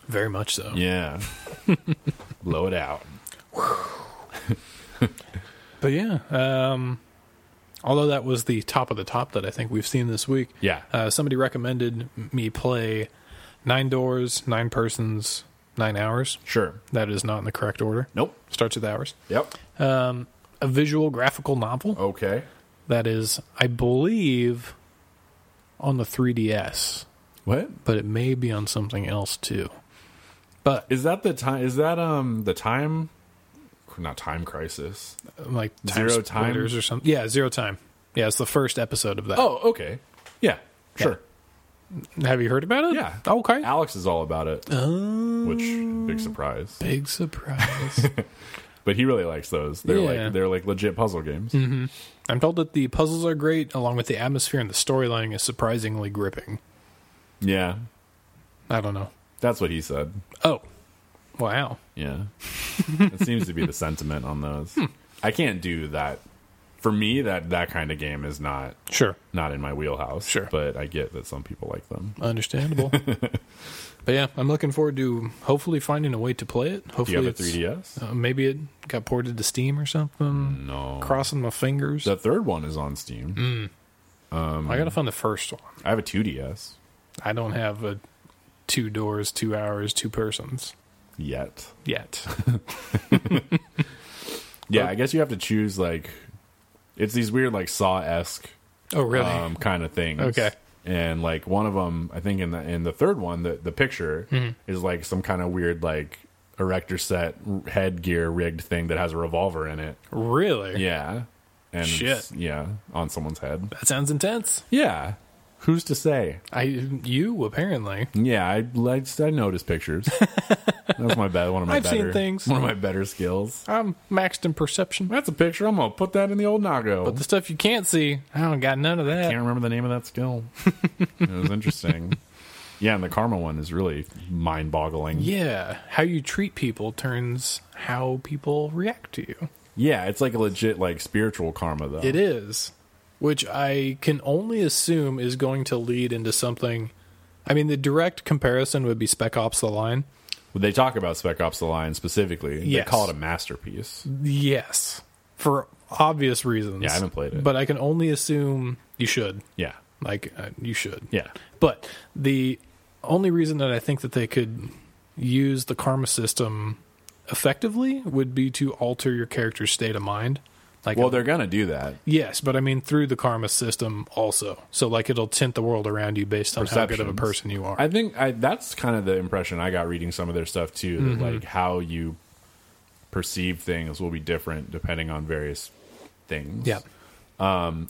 [SPEAKER 1] Very much so.
[SPEAKER 2] Yeah, blow it out.
[SPEAKER 1] But yeah, um, although that was the top of the top that I think we've seen this week.
[SPEAKER 2] Yeah.
[SPEAKER 1] uh, somebody recommended me play Nine doors, nine persons, nine hours.
[SPEAKER 2] Sure.
[SPEAKER 1] That is not in the correct order.
[SPEAKER 2] Nope.
[SPEAKER 1] Starts with hours.
[SPEAKER 2] Yep.
[SPEAKER 1] A visual graphical novel
[SPEAKER 2] Okay.
[SPEAKER 1] that is, I believe, on the 3DS,
[SPEAKER 2] What
[SPEAKER 1] but it may be on something else too. But
[SPEAKER 2] is that? The time is that um the time, not time crisis.
[SPEAKER 1] uh, like time
[SPEAKER 2] Zero Time?
[SPEAKER 1] splitters or something. Yeah, zero time. Yeah, it's the first episode of that.
[SPEAKER 2] Oh, okay. Yeah. Sure.
[SPEAKER 1] Have you heard about it?
[SPEAKER 2] Yeah.
[SPEAKER 1] Okay. Oh.
[SPEAKER 2] Alex is all about it, which big surprise.
[SPEAKER 1] Big surprise.
[SPEAKER 2] But he really likes those. They're
[SPEAKER 1] Yeah.
[SPEAKER 2] like they're like legit puzzle games.
[SPEAKER 1] I'm told that the puzzles are great, along with the atmosphere and the storyline is surprisingly gripping.
[SPEAKER 2] Yeah,
[SPEAKER 1] I don't know.
[SPEAKER 2] that's what he said.
[SPEAKER 1] Oh, wow.
[SPEAKER 2] Yeah, it seems to be the sentiment on those. I can't do that. For me, that that kind of game is not
[SPEAKER 1] Sure.
[SPEAKER 2] not in my wheelhouse.
[SPEAKER 1] Sure.
[SPEAKER 2] but I get that some people like them.
[SPEAKER 1] Understandable. but yeah, I'm looking forward to hopefully finding a way to play it.
[SPEAKER 2] Do
[SPEAKER 1] Hopefully,
[SPEAKER 2] you have a
[SPEAKER 1] it's-
[SPEAKER 2] 3ds?
[SPEAKER 1] Uh, maybe it got ported to Steam or something.
[SPEAKER 2] No.
[SPEAKER 1] Crossing my fingers.
[SPEAKER 2] the third one is on Steam.
[SPEAKER 1] I gotta find the first one.
[SPEAKER 2] I have a 2ds
[SPEAKER 1] I don't have a two doors, two hours, two persons
[SPEAKER 2] yet.
[SPEAKER 1] yet.
[SPEAKER 2] Yeah, I guess you have to choose like it's these weird like Saw esque
[SPEAKER 1] oh, really?
[SPEAKER 2] um, kind of things.
[SPEAKER 1] Okay.
[SPEAKER 2] And like one of them, I think in the in the third one, the the picture
[SPEAKER 1] Mm-hmm.
[SPEAKER 2] is like some kind of weird like erector set r- headgear rigged thing that has a revolver in it.
[SPEAKER 1] really?
[SPEAKER 2] Yeah. And
[SPEAKER 1] Shit.
[SPEAKER 2] it's- yeah, on someone's head.
[SPEAKER 1] That sounds intense.
[SPEAKER 2] Yeah. Who's to say?
[SPEAKER 1] I you apparently.
[SPEAKER 2] Yeah, I liked, I noticed pictures. that was my bad one of my
[SPEAKER 1] I've seen
[SPEAKER 2] better-
[SPEAKER 1] things.
[SPEAKER 2] One of my better skills.
[SPEAKER 1] I'm maxed in perception.
[SPEAKER 2] That's a picture. I'm gonna put that in the old Nago.
[SPEAKER 1] But the stuff you can't see, I don't got none of that.
[SPEAKER 2] can't remember the name of that skill. it was interesting. Yeah, and the karma one is really mind boggling.
[SPEAKER 1] Yeah, how you treat people turns how people react to you.
[SPEAKER 2] Yeah, it's like a legit like spiritual karma though.
[SPEAKER 1] It is, which I can only assume is going to lead into something. I mean, the direct comparison would be Spec Ops: The Line.
[SPEAKER 2] They talk about Spec Ops: The Line specifically.
[SPEAKER 1] Yes. Mm-hmm.
[SPEAKER 2] They call it a masterpiece.
[SPEAKER 1] Yes, for obvious reasons.
[SPEAKER 2] Yeah, I haven't played it.
[SPEAKER 1] but I can only assume you should.
[SPEAKER 2] Yeah,
[SPEAKER 1] Like uh, you should.
[SPEAKER 2] yeah,
[SPEAKER 1] But the only reason that I think that they could use the karma system effectively would be to alter your character's state of mind. Like
[SPEAKER 2] Well, they're gonna do that.
[SPEAKER 1] yes, but I mean through the karma system also. So like it'll tint the world around you based on how good of a
[SPEAKER 2] Perceptions.
[SPEAKER 1] person you are.
[SPEAKER 2] I think I, that's kind of the impression I got reading some of their stuff too. That
[SPEAKER 1] Mm-hmm.
[SPEAKER 2] like how you perceive things will be different depending on various things.
[SPEAKER 1] yeah.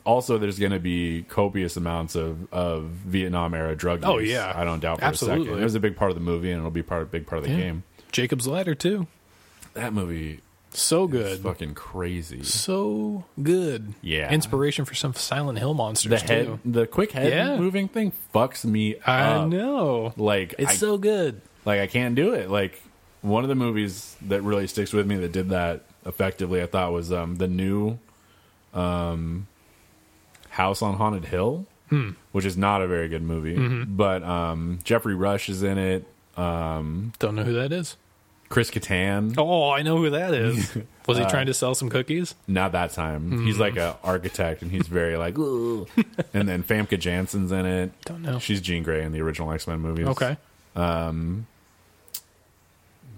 [SPEAKER 2] also there's going to be copious amounts of, of Vietnam era drug use.
[SPEAKER 1] Oh, yeah.
[SPEAKER 2] I don't doubt for a
[SPEAKER 1] Absolutely.
[SPEAKER 2] second. It was a big part of the movie, and it'll be part big part of the game.
[SPEAKER 1] Jacob's Ladder too.
[SPEAKER 2] That movie
[SPEAKER 1] So
[SPEAKER 2] is
[SPEAKER 1] good.
[SPEAKER 2] fucking crazy.
[SPEAKER 1] So good.
[SPEAKER 2] Yeah.
[SPEAKER 1] Inspiration for some Silent Hill monsters
[SPEAKER 2] The
[SPEAKER 1] too.
[SPEAKER 2] head, the quick head
[SPEAKER 1] Yeah.
[SPEAKER 2] moving thing fucks me
[SPEAKER 1] I
[SPEAKER 2] up.
[SPEAKER 1] know.
[SPEAKER 2] Like
[SPEAKER 1] It's
[SPEAKER 2] I,
[SPEAKER 1] so good.
[SPEAKER 2] like I can't do it. Like one of the movies that really sticks with me that did that effectively, I thought was um, the new um, House on Haunted Hill,
[SPEAKER 1] Hmm.
[SPEAKER 2] which is not a very good movie,
[SPEAKER 1] Mm-hmm.
[SPEAKER 2] but um, Jeffrey Rush is in it.
[SPEAKER 1] Don't know who that is.
[SPEAKER 2] Chris Kattan,
[SPEAKER 1] Oh, I know who that is. Was
[SPEAKER 2] Uh,
[SPEAKER 1] he trying to sell some cookies?
[SPEAKER 2] not that time.
[SPEAKER 1] Mm-hmm.
[SPEAKER 2] He's like a architect, and he's very like. "Ooh." and then Famke Janssen's in it.
[SPEAKER 1] Don't know.
[SPEAKER 2] She's Jean Grey in the original X Men movies.
[SPEAKER 1] Okay.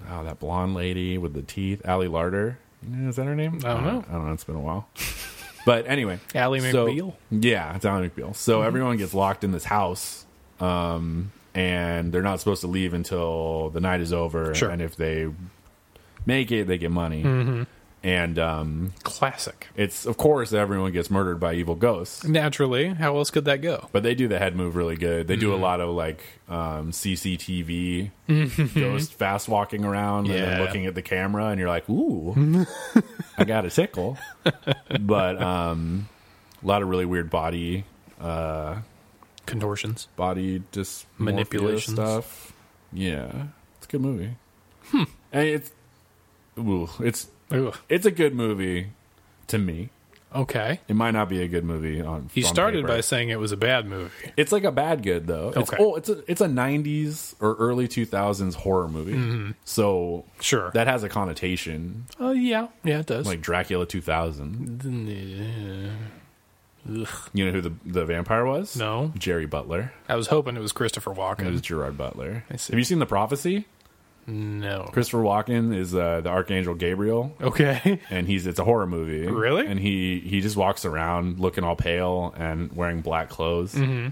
[SPEAKER 2] Oh, that blonde lady with the teeth, Allie Larder. Yeah, Is that her name?
[SPEAKER 1] I don't know.
[SPEAKER 2] I don't know. It's been a while. But anyway,
[SPEAKER 1] Ally
[SPEAKER 2] so-
[SPEAKER 1] McBeal? Mm-hmm.
[SPEAKER 2] yeah, it's Allie McBeal. So everyone gets locked in this house, um, and they're not supposed to leave until the night is over.
[SPEAKER 1] Sure. Mm-hmm.
[SPEAKER 2] And if they make it, they get money. And um,
[SPEAKER 1] Classic.
[SPEAKER 2] it's of course everyone gets murdered by evil ghosts.
[SPEAKER 1] Naturally, how else could that go?
[SPEAKER 2] But they do the head move really good. They
[SPEAKER 1] Mm-hmm.
[SPEAKER 2] do a lot of like um, CCTV ghost fast walking around and
[SPEAKER 1] Mm-hmm. Yeah.
[SPEAKER 2] then looking at the camera, and you're like, "Ooh, I got a tickle." But um, a lot of really weird body
[SPEAKER 1] Contortions.
[SPEAKER 2] body just
[SPEAKER 1] Manipulations.
[SPEAKER 2] stuff. Yeah, it's a good movie.
[SPEAKER 1] Hmm.
[SPEAKER 2] And it's ooh, it's
[SPEAKER 1] Ooh.
[SPEAKER 2] it's a good movie to me.
[SPEAKER 1] Okay.
[SPEAKER 2] It might not be a good movie on.
[SPEAKER 1] You
[SPEAKER 2] on
[SPEAKER 1] started
[SPEAKER 2] paper.
[SPEAKER 1] by saying it was a bad movie.
[SPEAKER 2] It's like a bad good though. It's
[SPEAKER 1] Okay.
[SPEAKER 2] oh, it's a it's a '90s or early 2000s horror movie.
[SPEAKER 1] Mm-hmm.
[SPEAKER 2] So
[SPEAKER 1] Sure. Uh,
[SPEAKER 2] that has a connotation
[SPEAKER 1] Oh yeah, yeah, it does.
[SPEAKER 2] like Dracula 2000.
[SPEAKER 1] Yeah.
[SPEAKER 2] You know who the the vampire was?
[SPEAKER 1] No.
[SPEAKER 2] Jerry Butler.
[SPEAKER 1] I was hoping it was Christopher Walken.
[SPEAKER 2] It was Gerard Butler.
[SPEAKER 1] I see.
[SPEAKER 2] Have you seen the prophecy? Mm.
[SPEAKER 1] no.
[SPEAKER 2] Christopher Walken is uh, the archangel Gabriel,
[SPEAKER 1] okay.
[SPEAKER 2] and he's it's a horror movie.
[SPEAKER 1] Really?
[SPEAKER 2] And he he just walks around looking all pale and wearing black clothes,
[SPEAKER 1] Mm-hmm.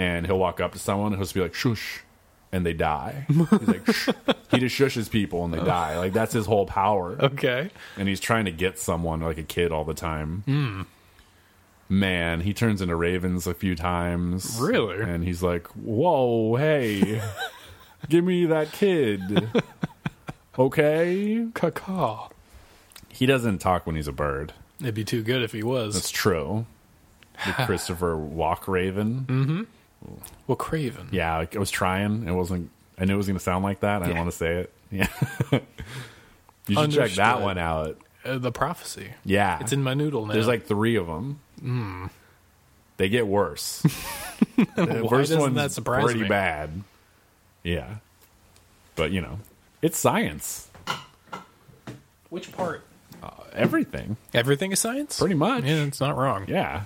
[SPEAKER 2] and he'll walk up to someone and he'll just be like shush, and they die. He's like "Shh." he just shushes people and they die. Like that's his whole power.
[SPEAKER 1] Okay.
[SPEAKER 2] and he's trying to get someone like a kid all the time.
[SPEAKER 1] Hmm.
[SPEAKER 2] Man, he turns into ravens a few times.
[SPEAKER 1] Really?
[SPEAKER 2] And he's like, "Whoa, hey, give me that kid." okay.
[SPEAKER 1] Caw.
[SPEAKER 2] He doesn't talk when he's a bird.
[SPEAKER 1] It'd be too good if he was.
[SPEAKER 2] That's true. The Christopher Walk Raven.
[SPEAKER 1] Mm-hmm. well, Craven.
[SPEAKER 2] Yeah, like, I was trying. It wasn't. I knew it was going to sound like that. I didn't
[SPEAKER 1] Yeah.
[SPEAKER 2] want to say it. Yeah. you should check that
[SPEAKER 1] Understood.
[SPEAKER 2] one out.
[SPEAKER 1] Uh, the prophecy.
[SPEAKER 2] Yeah,
[SPEAKER 1] It's in my noodle now.
[SPEAKER 2] There's like three of them. They get worse. the
[SPEAKER 1] Why
[SPEAKER 2] first
[SPEAKER 1] doesn't
[SPEAKER 2] one's
[SPEAKER 1] that surprise
[SPEAKER 2] pretty
[SPEAKER 1] me?
[SPEAKER 2] bad. Yeah, but you know, it's science.
[SPEAKER 1] which part?
[SPEAKER 2] Everything,
[SPEAKER 1] Everything is science.
[SPEAKER 2] pretty much.
[SPEAKER 1] Yeah, Hmm. it's not wrong.
[SPEAKER 2] Yeah,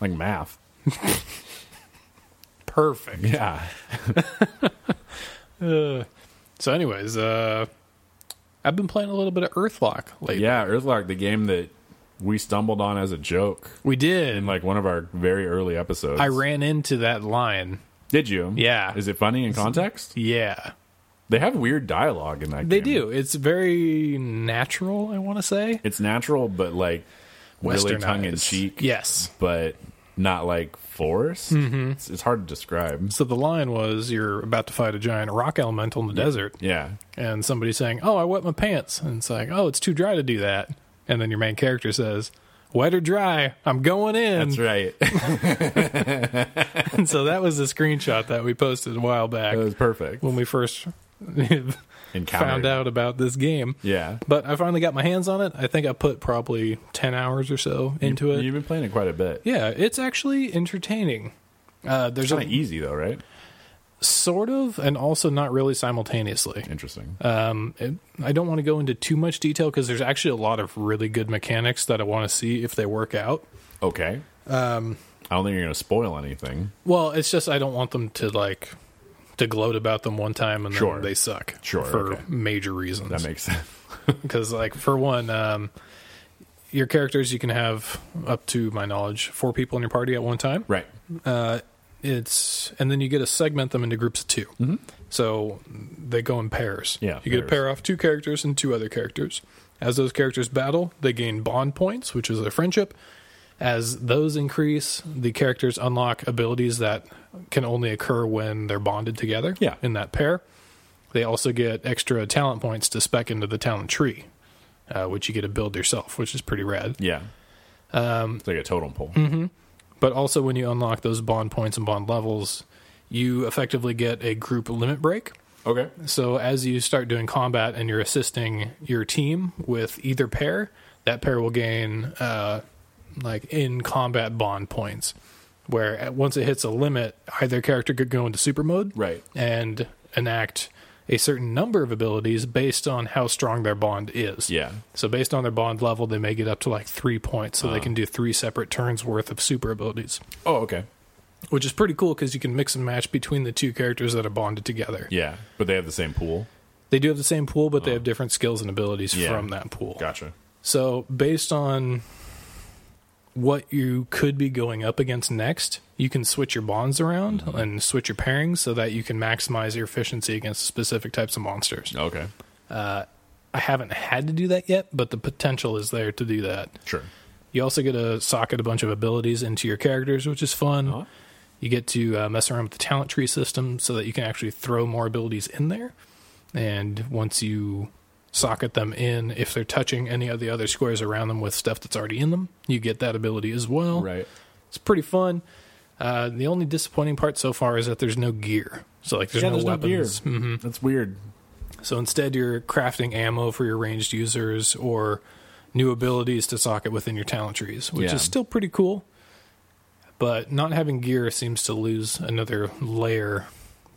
[SPEAKER 2] like math.
[SPEAKER 1] Perfect.
[SPEAKER 2] Yeah,
[SPEAKER 1] Uh, so, anyways, uh, I've been playing a little bit of Earthlock lately.
[SPEAKER 2] yeah. Earthlock, the game that we stumbled on as a joke
[SPEAKER 1] We did.
[SPEAKER 2] in like one of our very early episodes.
[SPEAKER 1] I ran into that line.
[SPEAKER 2] Did you?
[SPEAKER 1] Yeah.
[SPEAKER 2] Is it funny in context?
[SPEAKER 1] Yeah.
[SPEAKER 2] They have weird dialogue in that.
[SPEAKER 1] They
[SPEAKER 2] game.
[SPEAKER 1] do. It's very natural, I want to say.
[SPEAKER 2] It's natural, but like really
[SPEAKER 1] Westernized.
[SPEAKER 2] tongue in cheek.
[SPEAKER 1] Yes. Mm-hmm.
[SPEAKER 2] but not like force. It's, it's hard to describe.
[SPEAKER 1] So the line was you're about to fight a giant rock elemental in the desert,
[SPEAKER 2] Yeah,
[SPEAKER 1] and somebody saying, Oh, I wet my pants. And it's like, Oh, it's too dry to do that. And then your main character says, Wet or dry, I'm going in.
[SPEAKER 2] that's right.
[SPEAKER 1] And so that was the screenshot that we posted a while back
[SPEAKER 2] that was perfect.
[SPEAKER 1] when we first found
[SPEAKER 2] Encountered.
[SPEAKER 1] out about this game.
[SPEAKER 2] Yeah,
[SPEAKER 1] But I finally got my hands on it. I think I put probably 10 hours or so into it.
[SPEAKER 2] you've been playing it quite a bit.
[SPEAKER 1] Yeah, it's actually entertaining. Uh, there's
[SPEAKER 2] Kind of
[SPEAKER 1] a
[SPEAKER 2] easy though, right?
[SPEAKER 1] sort of, and also not really simultaneously.
[SPEAKER 2] Interesting.
[SPEAKER 1] Um, it, I don't want to go into too much detail because there's actually a lot of really good mechanics that I want to see if they work out.
[SPEAKER 2] okay. Um, I don't think you're going to spoil anything.
[SPEAKER 1] Well, it's just I don't want them to like to gloat about them one time and
[SPEAKER 2] Sure.
[SPEAKER 1] then they suck.
[SPEAKER 2] Sure,
[SPEAKER 1] for
[SPEAKER 2] okay.
[SPEAKER 1] major reasons.
[SPEAKER 2] That makes sense.
[SPEAKER 1] because like for one um your characters you can have up to my knowledge four people in your party at one time
[SPEAKER 2] Right.
[SPEAKER 1] it's and then you get to segment them into groups of 2 so they go in pairs
[SPEAKER 2] Mm-hmm. Yeah,
[SPEAKER 1] you get to
[SPEAKER 2] pairs.
[SPEAKER 1] pair off two characters and two other characters as those characters battle they gain bond points which is their friendship as those increase the characters unlock abilities that can only occur when they're bonded together
[SPEAKER 2] Yeah.
[SPEAKER 1] in that pair they also get extra talent points to spec into the talent tree uh, which you get to build yourself which is pretty rad
[SPEAKER 2] Yeah. Um, it's like a totem pole.
[SPEAKER 1] mm-hmm. but also when you unlock those bond points and bond levels, you effectively get a group limit break.
[SPEAKER 2] Okay.
[SPEAKER 1] So as you start doing combat and you're assisting your team with either pair, that pair will gain uh, like in combat bond points. Where at- once it hits a limit, either character could go into super mode,
[SPEAKER 2] Right.
[SPEAKER 1] and enact a certain number of abilities based on how strong their bond is.
[SPEAKER 2] Yeah.
[SPEAKER 1] So based on their bond level, they may get up to like three points,
[SPEAKER 2] Uh.
[SPEAKER 1] so they can do three separate turns worth of super abilities
[SPEAKER 2] Oh, okay.
[SPEAKER 1] which is pretty cool because you can mix and match between the two characters that are bonded together.
[SPEAKER 2] Yeah, but they have the same pool.
[SPEAKER 1] They do have the same pool, but they have different skills and abilities
[SPEAKER 2] Yeah.
[SPEAKER 1] from that pool.
[SPEAKER 2] Gotcha.
[SPEAKER 1] So, based on what you could be going up against next, you can switch your bonds around
[SPEAKER 2] Mm-hmm.
[SPEAKER 1] and switch your pairings so that you can maximize your efficiency against specific types of monsters.
[SPEAKER 2] Okay.
[SPEAKER 1] I haven't had to do that yet, but the potential is there to do that.
[SPEAKER 2] Sure.
[SPEAKER 1] You also get to socket a bunch of abilities into your characters, which is fun.
[SPEAKER 2] Huh?
[SPEAKER 1] You get to uh, mess around with the talent tree system so that you can actually throw more abilities in there. And once you socket them in, if they're touching any of the other squares around them with stuff that's already in them, you get that ability as well.
[SPEAKER 2] Right.
[SPEAKER 1] It's pretty fun. Uh, the only disappointing part so far is that there's no gear. So like there's no weapons. Mm-hmm.
[SPEAKER 2] gear. That's weird.
[SPEAKER 1] So instead, you're crafting ammo for your ranged users or new abilities to socket within your talent trees, which
[SPEAKER 2] Yeah.
[SPEAKER 1] is still pretty cool. But not having gear seems to lose another layer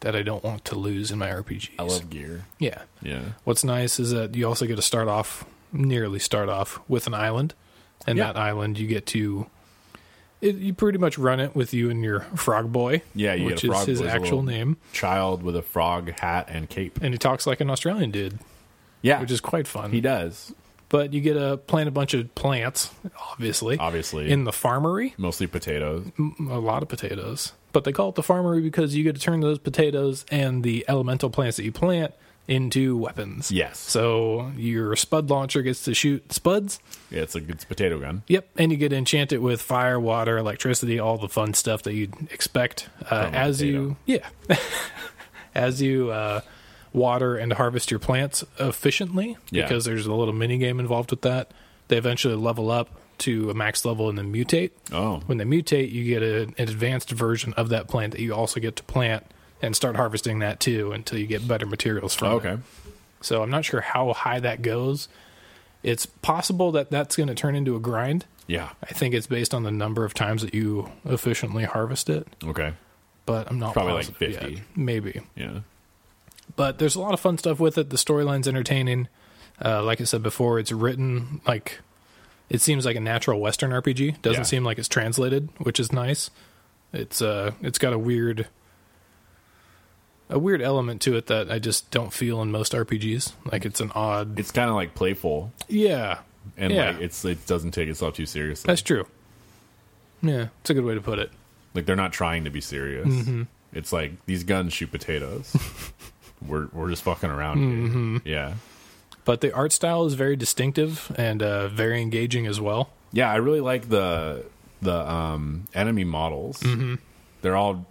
[SPEAKER 1] that I don't want to lose in my RPGs.
[SPEAKER 2] I love gear.
[SPEAKER 1] Yeah.
[SPEAKER 2] Yeah.
[SPEAKER 1] What's nice is that you also get to start off, nearly start off, with an island. And
[SPEAKER 2] Yeah.
[SPEAKER 1] that island, you get to It, you pretty much run it with you and your frog boy.
[SPEAKER 2] Yeah, you get
[SPEAKER 1] which
[SPEAKER 2] a frog
[SPEAKER 1] is his
[SPEAKER 2] boy, he's a
[SPEAKER 1] actual
[SPEAKER 2] little-
[SPEAKER 1] name,
[SPEAKER 2] Child with a frog hat and cape.
[SPEAKER 1] and he talks like an Australian dude,
[SPEAKER 2] Yeah,
[SPEAKER 1] which is quite fun.
[SPEAKER 2] Ah. he does.
[SPEAKER 1] but you get to plant a bunch of plants, obviously,
[SPEAKER 2] Obviously,
[SPEAKER 1] in the farmery.
[SPEAKER 2] mostly potatoes.
[SPEAKER 1] a lot of potatoes, but they call it the farmery because you get to turn those potatoes and the elemental plants that you plant into weapons.
[SPEAKER 2] Yes.
[SPEAKER 1] So your spud launcher gets to shoot spuds.
[SPEAKER 2] Yeah, it's a it's a potato gun.
[SPEAKER 1] Yep, and you get to enchant it with fire, water, electricity, all the fun stuff that you'd expect uh,
[SPEAKER 2] From a
[SPEAKER 1] as you yeah, as you uh, water and harvest your plants efficiently
[SPEAKER 2] Yeah.
[SPEAKER 1] because there's a little mini game involved with that. They eventually level up to a max level and then mutate
[SPEAKER 2] Oh,
[SPEAKER 1] when they mutate, you get a, an advanced version of that plant that you also get to plant and start harvesting that too until you get better materials from it.
[SPEAKER 2] okay.
[SPEAKER 1] So I'm not sure how high that goes. It's possible that that's going to turn into a grind.
[SPEAKER 2] Yeah.
[SPEAKER 1] I think it's based on the number of times that you efficiently harvest it,
[SPEAKER 2] Okay.
[SPEAKER 1] but I'm not
[SPEAKER 2] Probably like
[SPEAKER 1] positive yet.
[SPEAKER 2] 50.
[SPEAKER 1] maybe.
[SPEAKER 2] Yeah.
[SPEAKER 1] But there's a lot of fun stuff with it. The storyline's entertaining. Uh, like I said before, it's written like it seems like a natural Western RPG. Doesn't
[SPEAKER 2] Yeah.
[SPEAKER 1] seem like it's translated, which is nice. It's uh, it's got a weird, a weird element to it that I just don't feel in most RPGs. Like it's an odd,
[SPEAKER 2] It's kind of like playful,
[SPEAKER 1] yeah,
[SPEAKER 2] and
[SPEAKER 1] Yeah.
[SPEAKER 2] like it's it doesn't take itself too seriously.
[SPEAKER 1] that's true. Yeah, it's a good way to put it.
[SPEAKER 2] like they're not trying to be serious.
[SPEAKER 1] Mm-hmm.
[SPEAKER 2] It's like these guns shoot potatoes. we're we're just fucking around.
[SPEAKER 1] Mm-hmm.
[SPEAKER 2] Here. Yeah.
[SPEAKER 1] But the art style is very distinctive and uh, very engaging as well.
[SPEAKER 2] Yeah, I really like the the um, enemy models. They're all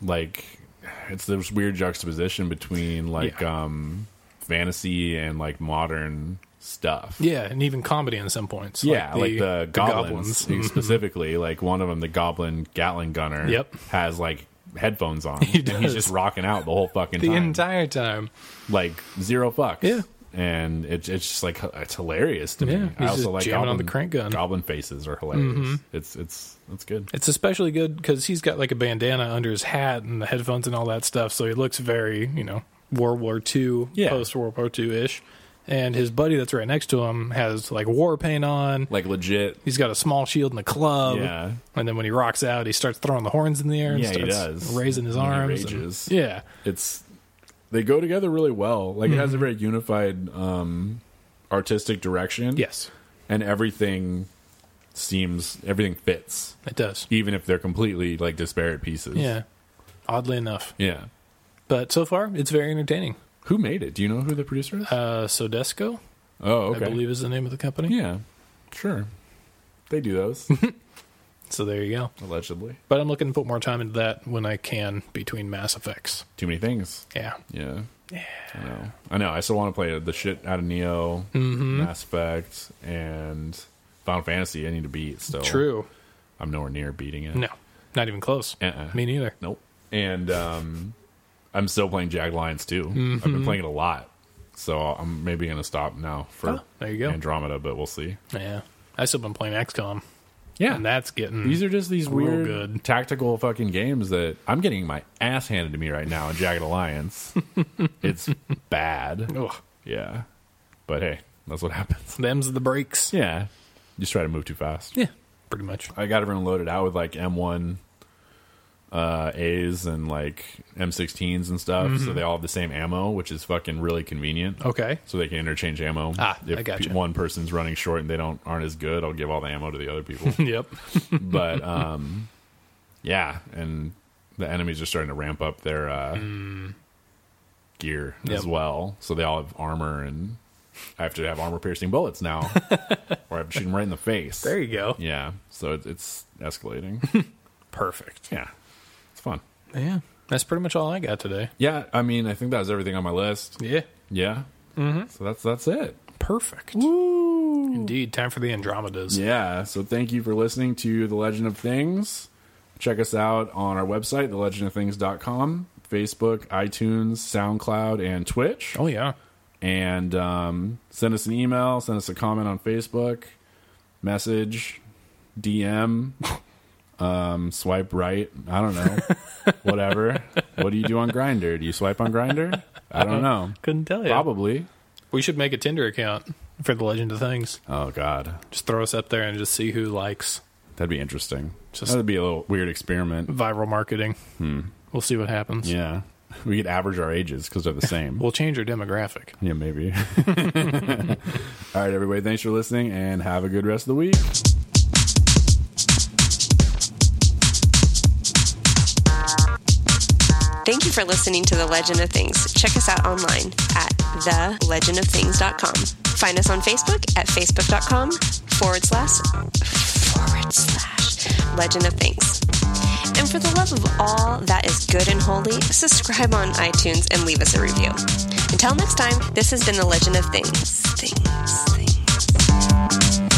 [SPEAKER 2] like it's this weird juxtaposition between like um, fantasy and like modern stuff.
[SPEAKER 1] Yeah, and even comedy in some points.
[SPEAKER 2] Yeah, like the, goblins,
[SPEAKER 1] goblins.
[SPEAKER 2] specifically. Like one of them, the goblin Gatling gunner,
[SPEAKER 1] Yep.
[SPEAKER 2] has like headphones on, he and
[SPEAKER 1] does.
[SPEAKER 2] he's just rocking out the whole fucking
[SPEAKER 1] the
[SPEAKER 2] time,
[SPEAKER 1] entire time.
[SPEAKER 2] like zero fucks.
[SPEAKER 1] Yeah.
[SPEAKER 2] and it's it's just like it's hilarious to me.
[SPEAKER 1] Yeah,
[SPEAKER 2] I
[SPEAKER 1] he's
[SPEAKER 2] also
[SPEAKER 1] just
[SPEAKER 2] like
[SPEAKER 1] jamming on
[SPEAKER 2] goblin,
[SPEAKER 1] the crank gun. Mm-hmm.
[SPEAKER 2] Goblin faces are hilarious. It's it's it's good.
[SPEAKER 1] It's especially good because he's got like a bandana under his hat and the headphones and all that stuff, so he looks very, you know, World War II,
[SPEAKER 2] Yeah.
[SPEAKER 1] post World War II ish. And his buddy that's right next to him has like war paint on.
[SPEAKER 2] Like legit.
[SPEAKER 1] He's got a small shield and a club.
[SPEAKER 2] Yeah.
[SPEAKER 1] And then when he rocks out, he starts throwing the horns in the air and
[SPEAKER 2] Yeah, he
[SPEAKER 1] starts
[SPEAKER 2] does.
[SPEAKER 1] raising his
[SPEAKER 2] When he
[SPEAKER 1] arms. and-
[SPEAKER 2] rages.
[SPEAKER 1] yeah.
[SPEAKER 2] It's they go together really well. Like it
[SPEAKER 1] Mm-hmm.
[SPEAKER 2] has a very unified um artistic direction.
[SPEAKER 1] Yes,
[SPEAKER 2] and everything seems everything fits.
[SPEAKER 1] it does.
[SPEAKER 2] even if they're completely like disparate pieces.
[SPEAKER 1] Yeah. Oddly enough.
[SPEAKER 2] Yeah.
[SPEAKER 1] But so far, it's very entertaining.
[SPEAKER 2] Who made it? Do you know who the producer is?
[SPEAKER 1] Uh, Sodesco,
[SPEAKER 2] oh, okay.
[SPEAKER 1] I believe, is the name of the company.
[SPEAKER 2] Yeah. Sure. They do those
[SPEAKER 1] So there you go.
[SPEAKER 2] allegedly.
[SPEAKER 1] But I'm looking to put more time into that when I can between Mass Effects.
[SPEAKER 2] Too many things.
[SPEAKER 1] Yeah.
[SPEAKER 2] Yeah. Yeah. I know. I know. I still want to play the shit out of Neo,
[SPEAKER 1] Mm-hmm.
[SPEAKER 2] Mass Effect, and Final Fantasy. I need to beat still.
[SPEAKER 1] True.
[SPEAKER 2] I'm nowhere near beating it.
[SPEAKER 1] No, not even close.
[SPEAKER 2] Uh-uh.
[SPEAKER 1] Me neither.
[SPEAKER 2] Nope. And um, I'm still playing Jag Lions too. I've
[SPEAKER 1] Mm-hmm.
[SPEAKER 2] been playing it a lot, so I'm maybe gonna stop now for
[SPEAKER 1] Oh, there you go.
[SPEAKER 2] Andromeda, but we'll see.
[SPEAKER 1] Yeah. I still been playing XCOM,
[SPEAKER 2] Yeah,
[SPEAKER 1] and that's getting.
[SPEAKER 2] These are just these
[SPEAKER 1] Real
[SPEAKER 2] weird
[SPEAKER 1] good.
[SPEAKER 2] tactical fucking games that I'm getting my ass handed to me right now in Jagged Alliance. it's bad.
[SPEAKER 1] Ugh.
[SPEAKER 2] Yeah. But hey, that's what happens.
[SPEAKER 1] them's the breaks.
[SPEAKER 2] Yeah. Just try to move too fast.
[SPEAKER 1] Yeah, pretty much.
[SPEAKER 2] I got everyone loaded out with like M1 uh, A's and like M16s and stuff. So they all have the same ammo, which is fucking really convenient.
[SPEAKER 1] Mm-hmm. Okay.
[SPEAKER 2] So they can interchange ammo.
[SPEAKER 1] Ah, I
[SPEAKER 2] if
[SPEAKER 1] gotcha.
[SPEAKER 2] pe- one person's running short and they don't aren't as good, I'll give all the ammo to the other people.
[SPEAKER 1] Yep.
[SPEAKER 2] but um yeah and the enemies are starting to ramp up their uh gear
[SPEAKER 1] Mm. Yep.
[SPEAKER 2] as well so they all have armor and i have to have armor piercing bullets now or i have to shoot them right in the face
[SPEAKER 1] There you go.
[SPEAKER 2] yeah so it, it's escalating
[SPEAKER 1] Perfect.
[SPEAKER 2] yeah it's fun
[SPEAKER 1] Yeah. That's pretty much all I got today.
[SPEAKER 2] yeah i mean i think that was everything on my list
[SPEAKER 1] Yeah.
[SPEAKER 2] yeah mm-hmm. so that's that's it
[SPEAKER 1] Perfect. Indeed. Time for the Andromedas.
[SPEAKER 2] Yeah. So thank you for listening to The Legend of Things. Check us out on our website, thelegendofthings.com, Facebook, iTunes, SoundCloud, and Twitch.
[SPEAKER 1] Oh, yeah.
[SPEAKER 2] And um, send us an email, send us a comment on Facebook, message, DM, um, swipe right. I don't know. Whatever. what do you do on Grinder? Do you swipe on Grinder? I don't know.
[SPEAKER 1] Couldn't tell you.
[SPEAKER 2] Probably.
[SPEAKER 1] We should make a Tinder account for the Legend of Things.
[SPEAKER 2] Oh, God.
[SPEAKER 1] Just throw us up there and just see who likes.
[SPEAKER 2] That'd be interesting.
[SPEAKER 1] Just-
[SPEAKER 2] That'd be a little weird experiment.
[SPEAKER 1] Viral marketing. We'll see what happens.
[SPEAKER 2] Yeah, we could average our ages because they're the same.
[SPEAKER 1] We'll change our demographic.
[SPEAKER 2] yeah, maybe. All right, everybody. Thanks for listening, and have a good rest of the week.
[SPEAKER 3] Thank you for listening to The Legend of Things. Check us out online at thelegendofthings.com. Find us on Facebook at facebook.com forward slash forward slash legend of things. And for the love of all that is good and holy, subscribe on iTunes and leave us a review. Until next time, this has been The Legend of Things. Things, things.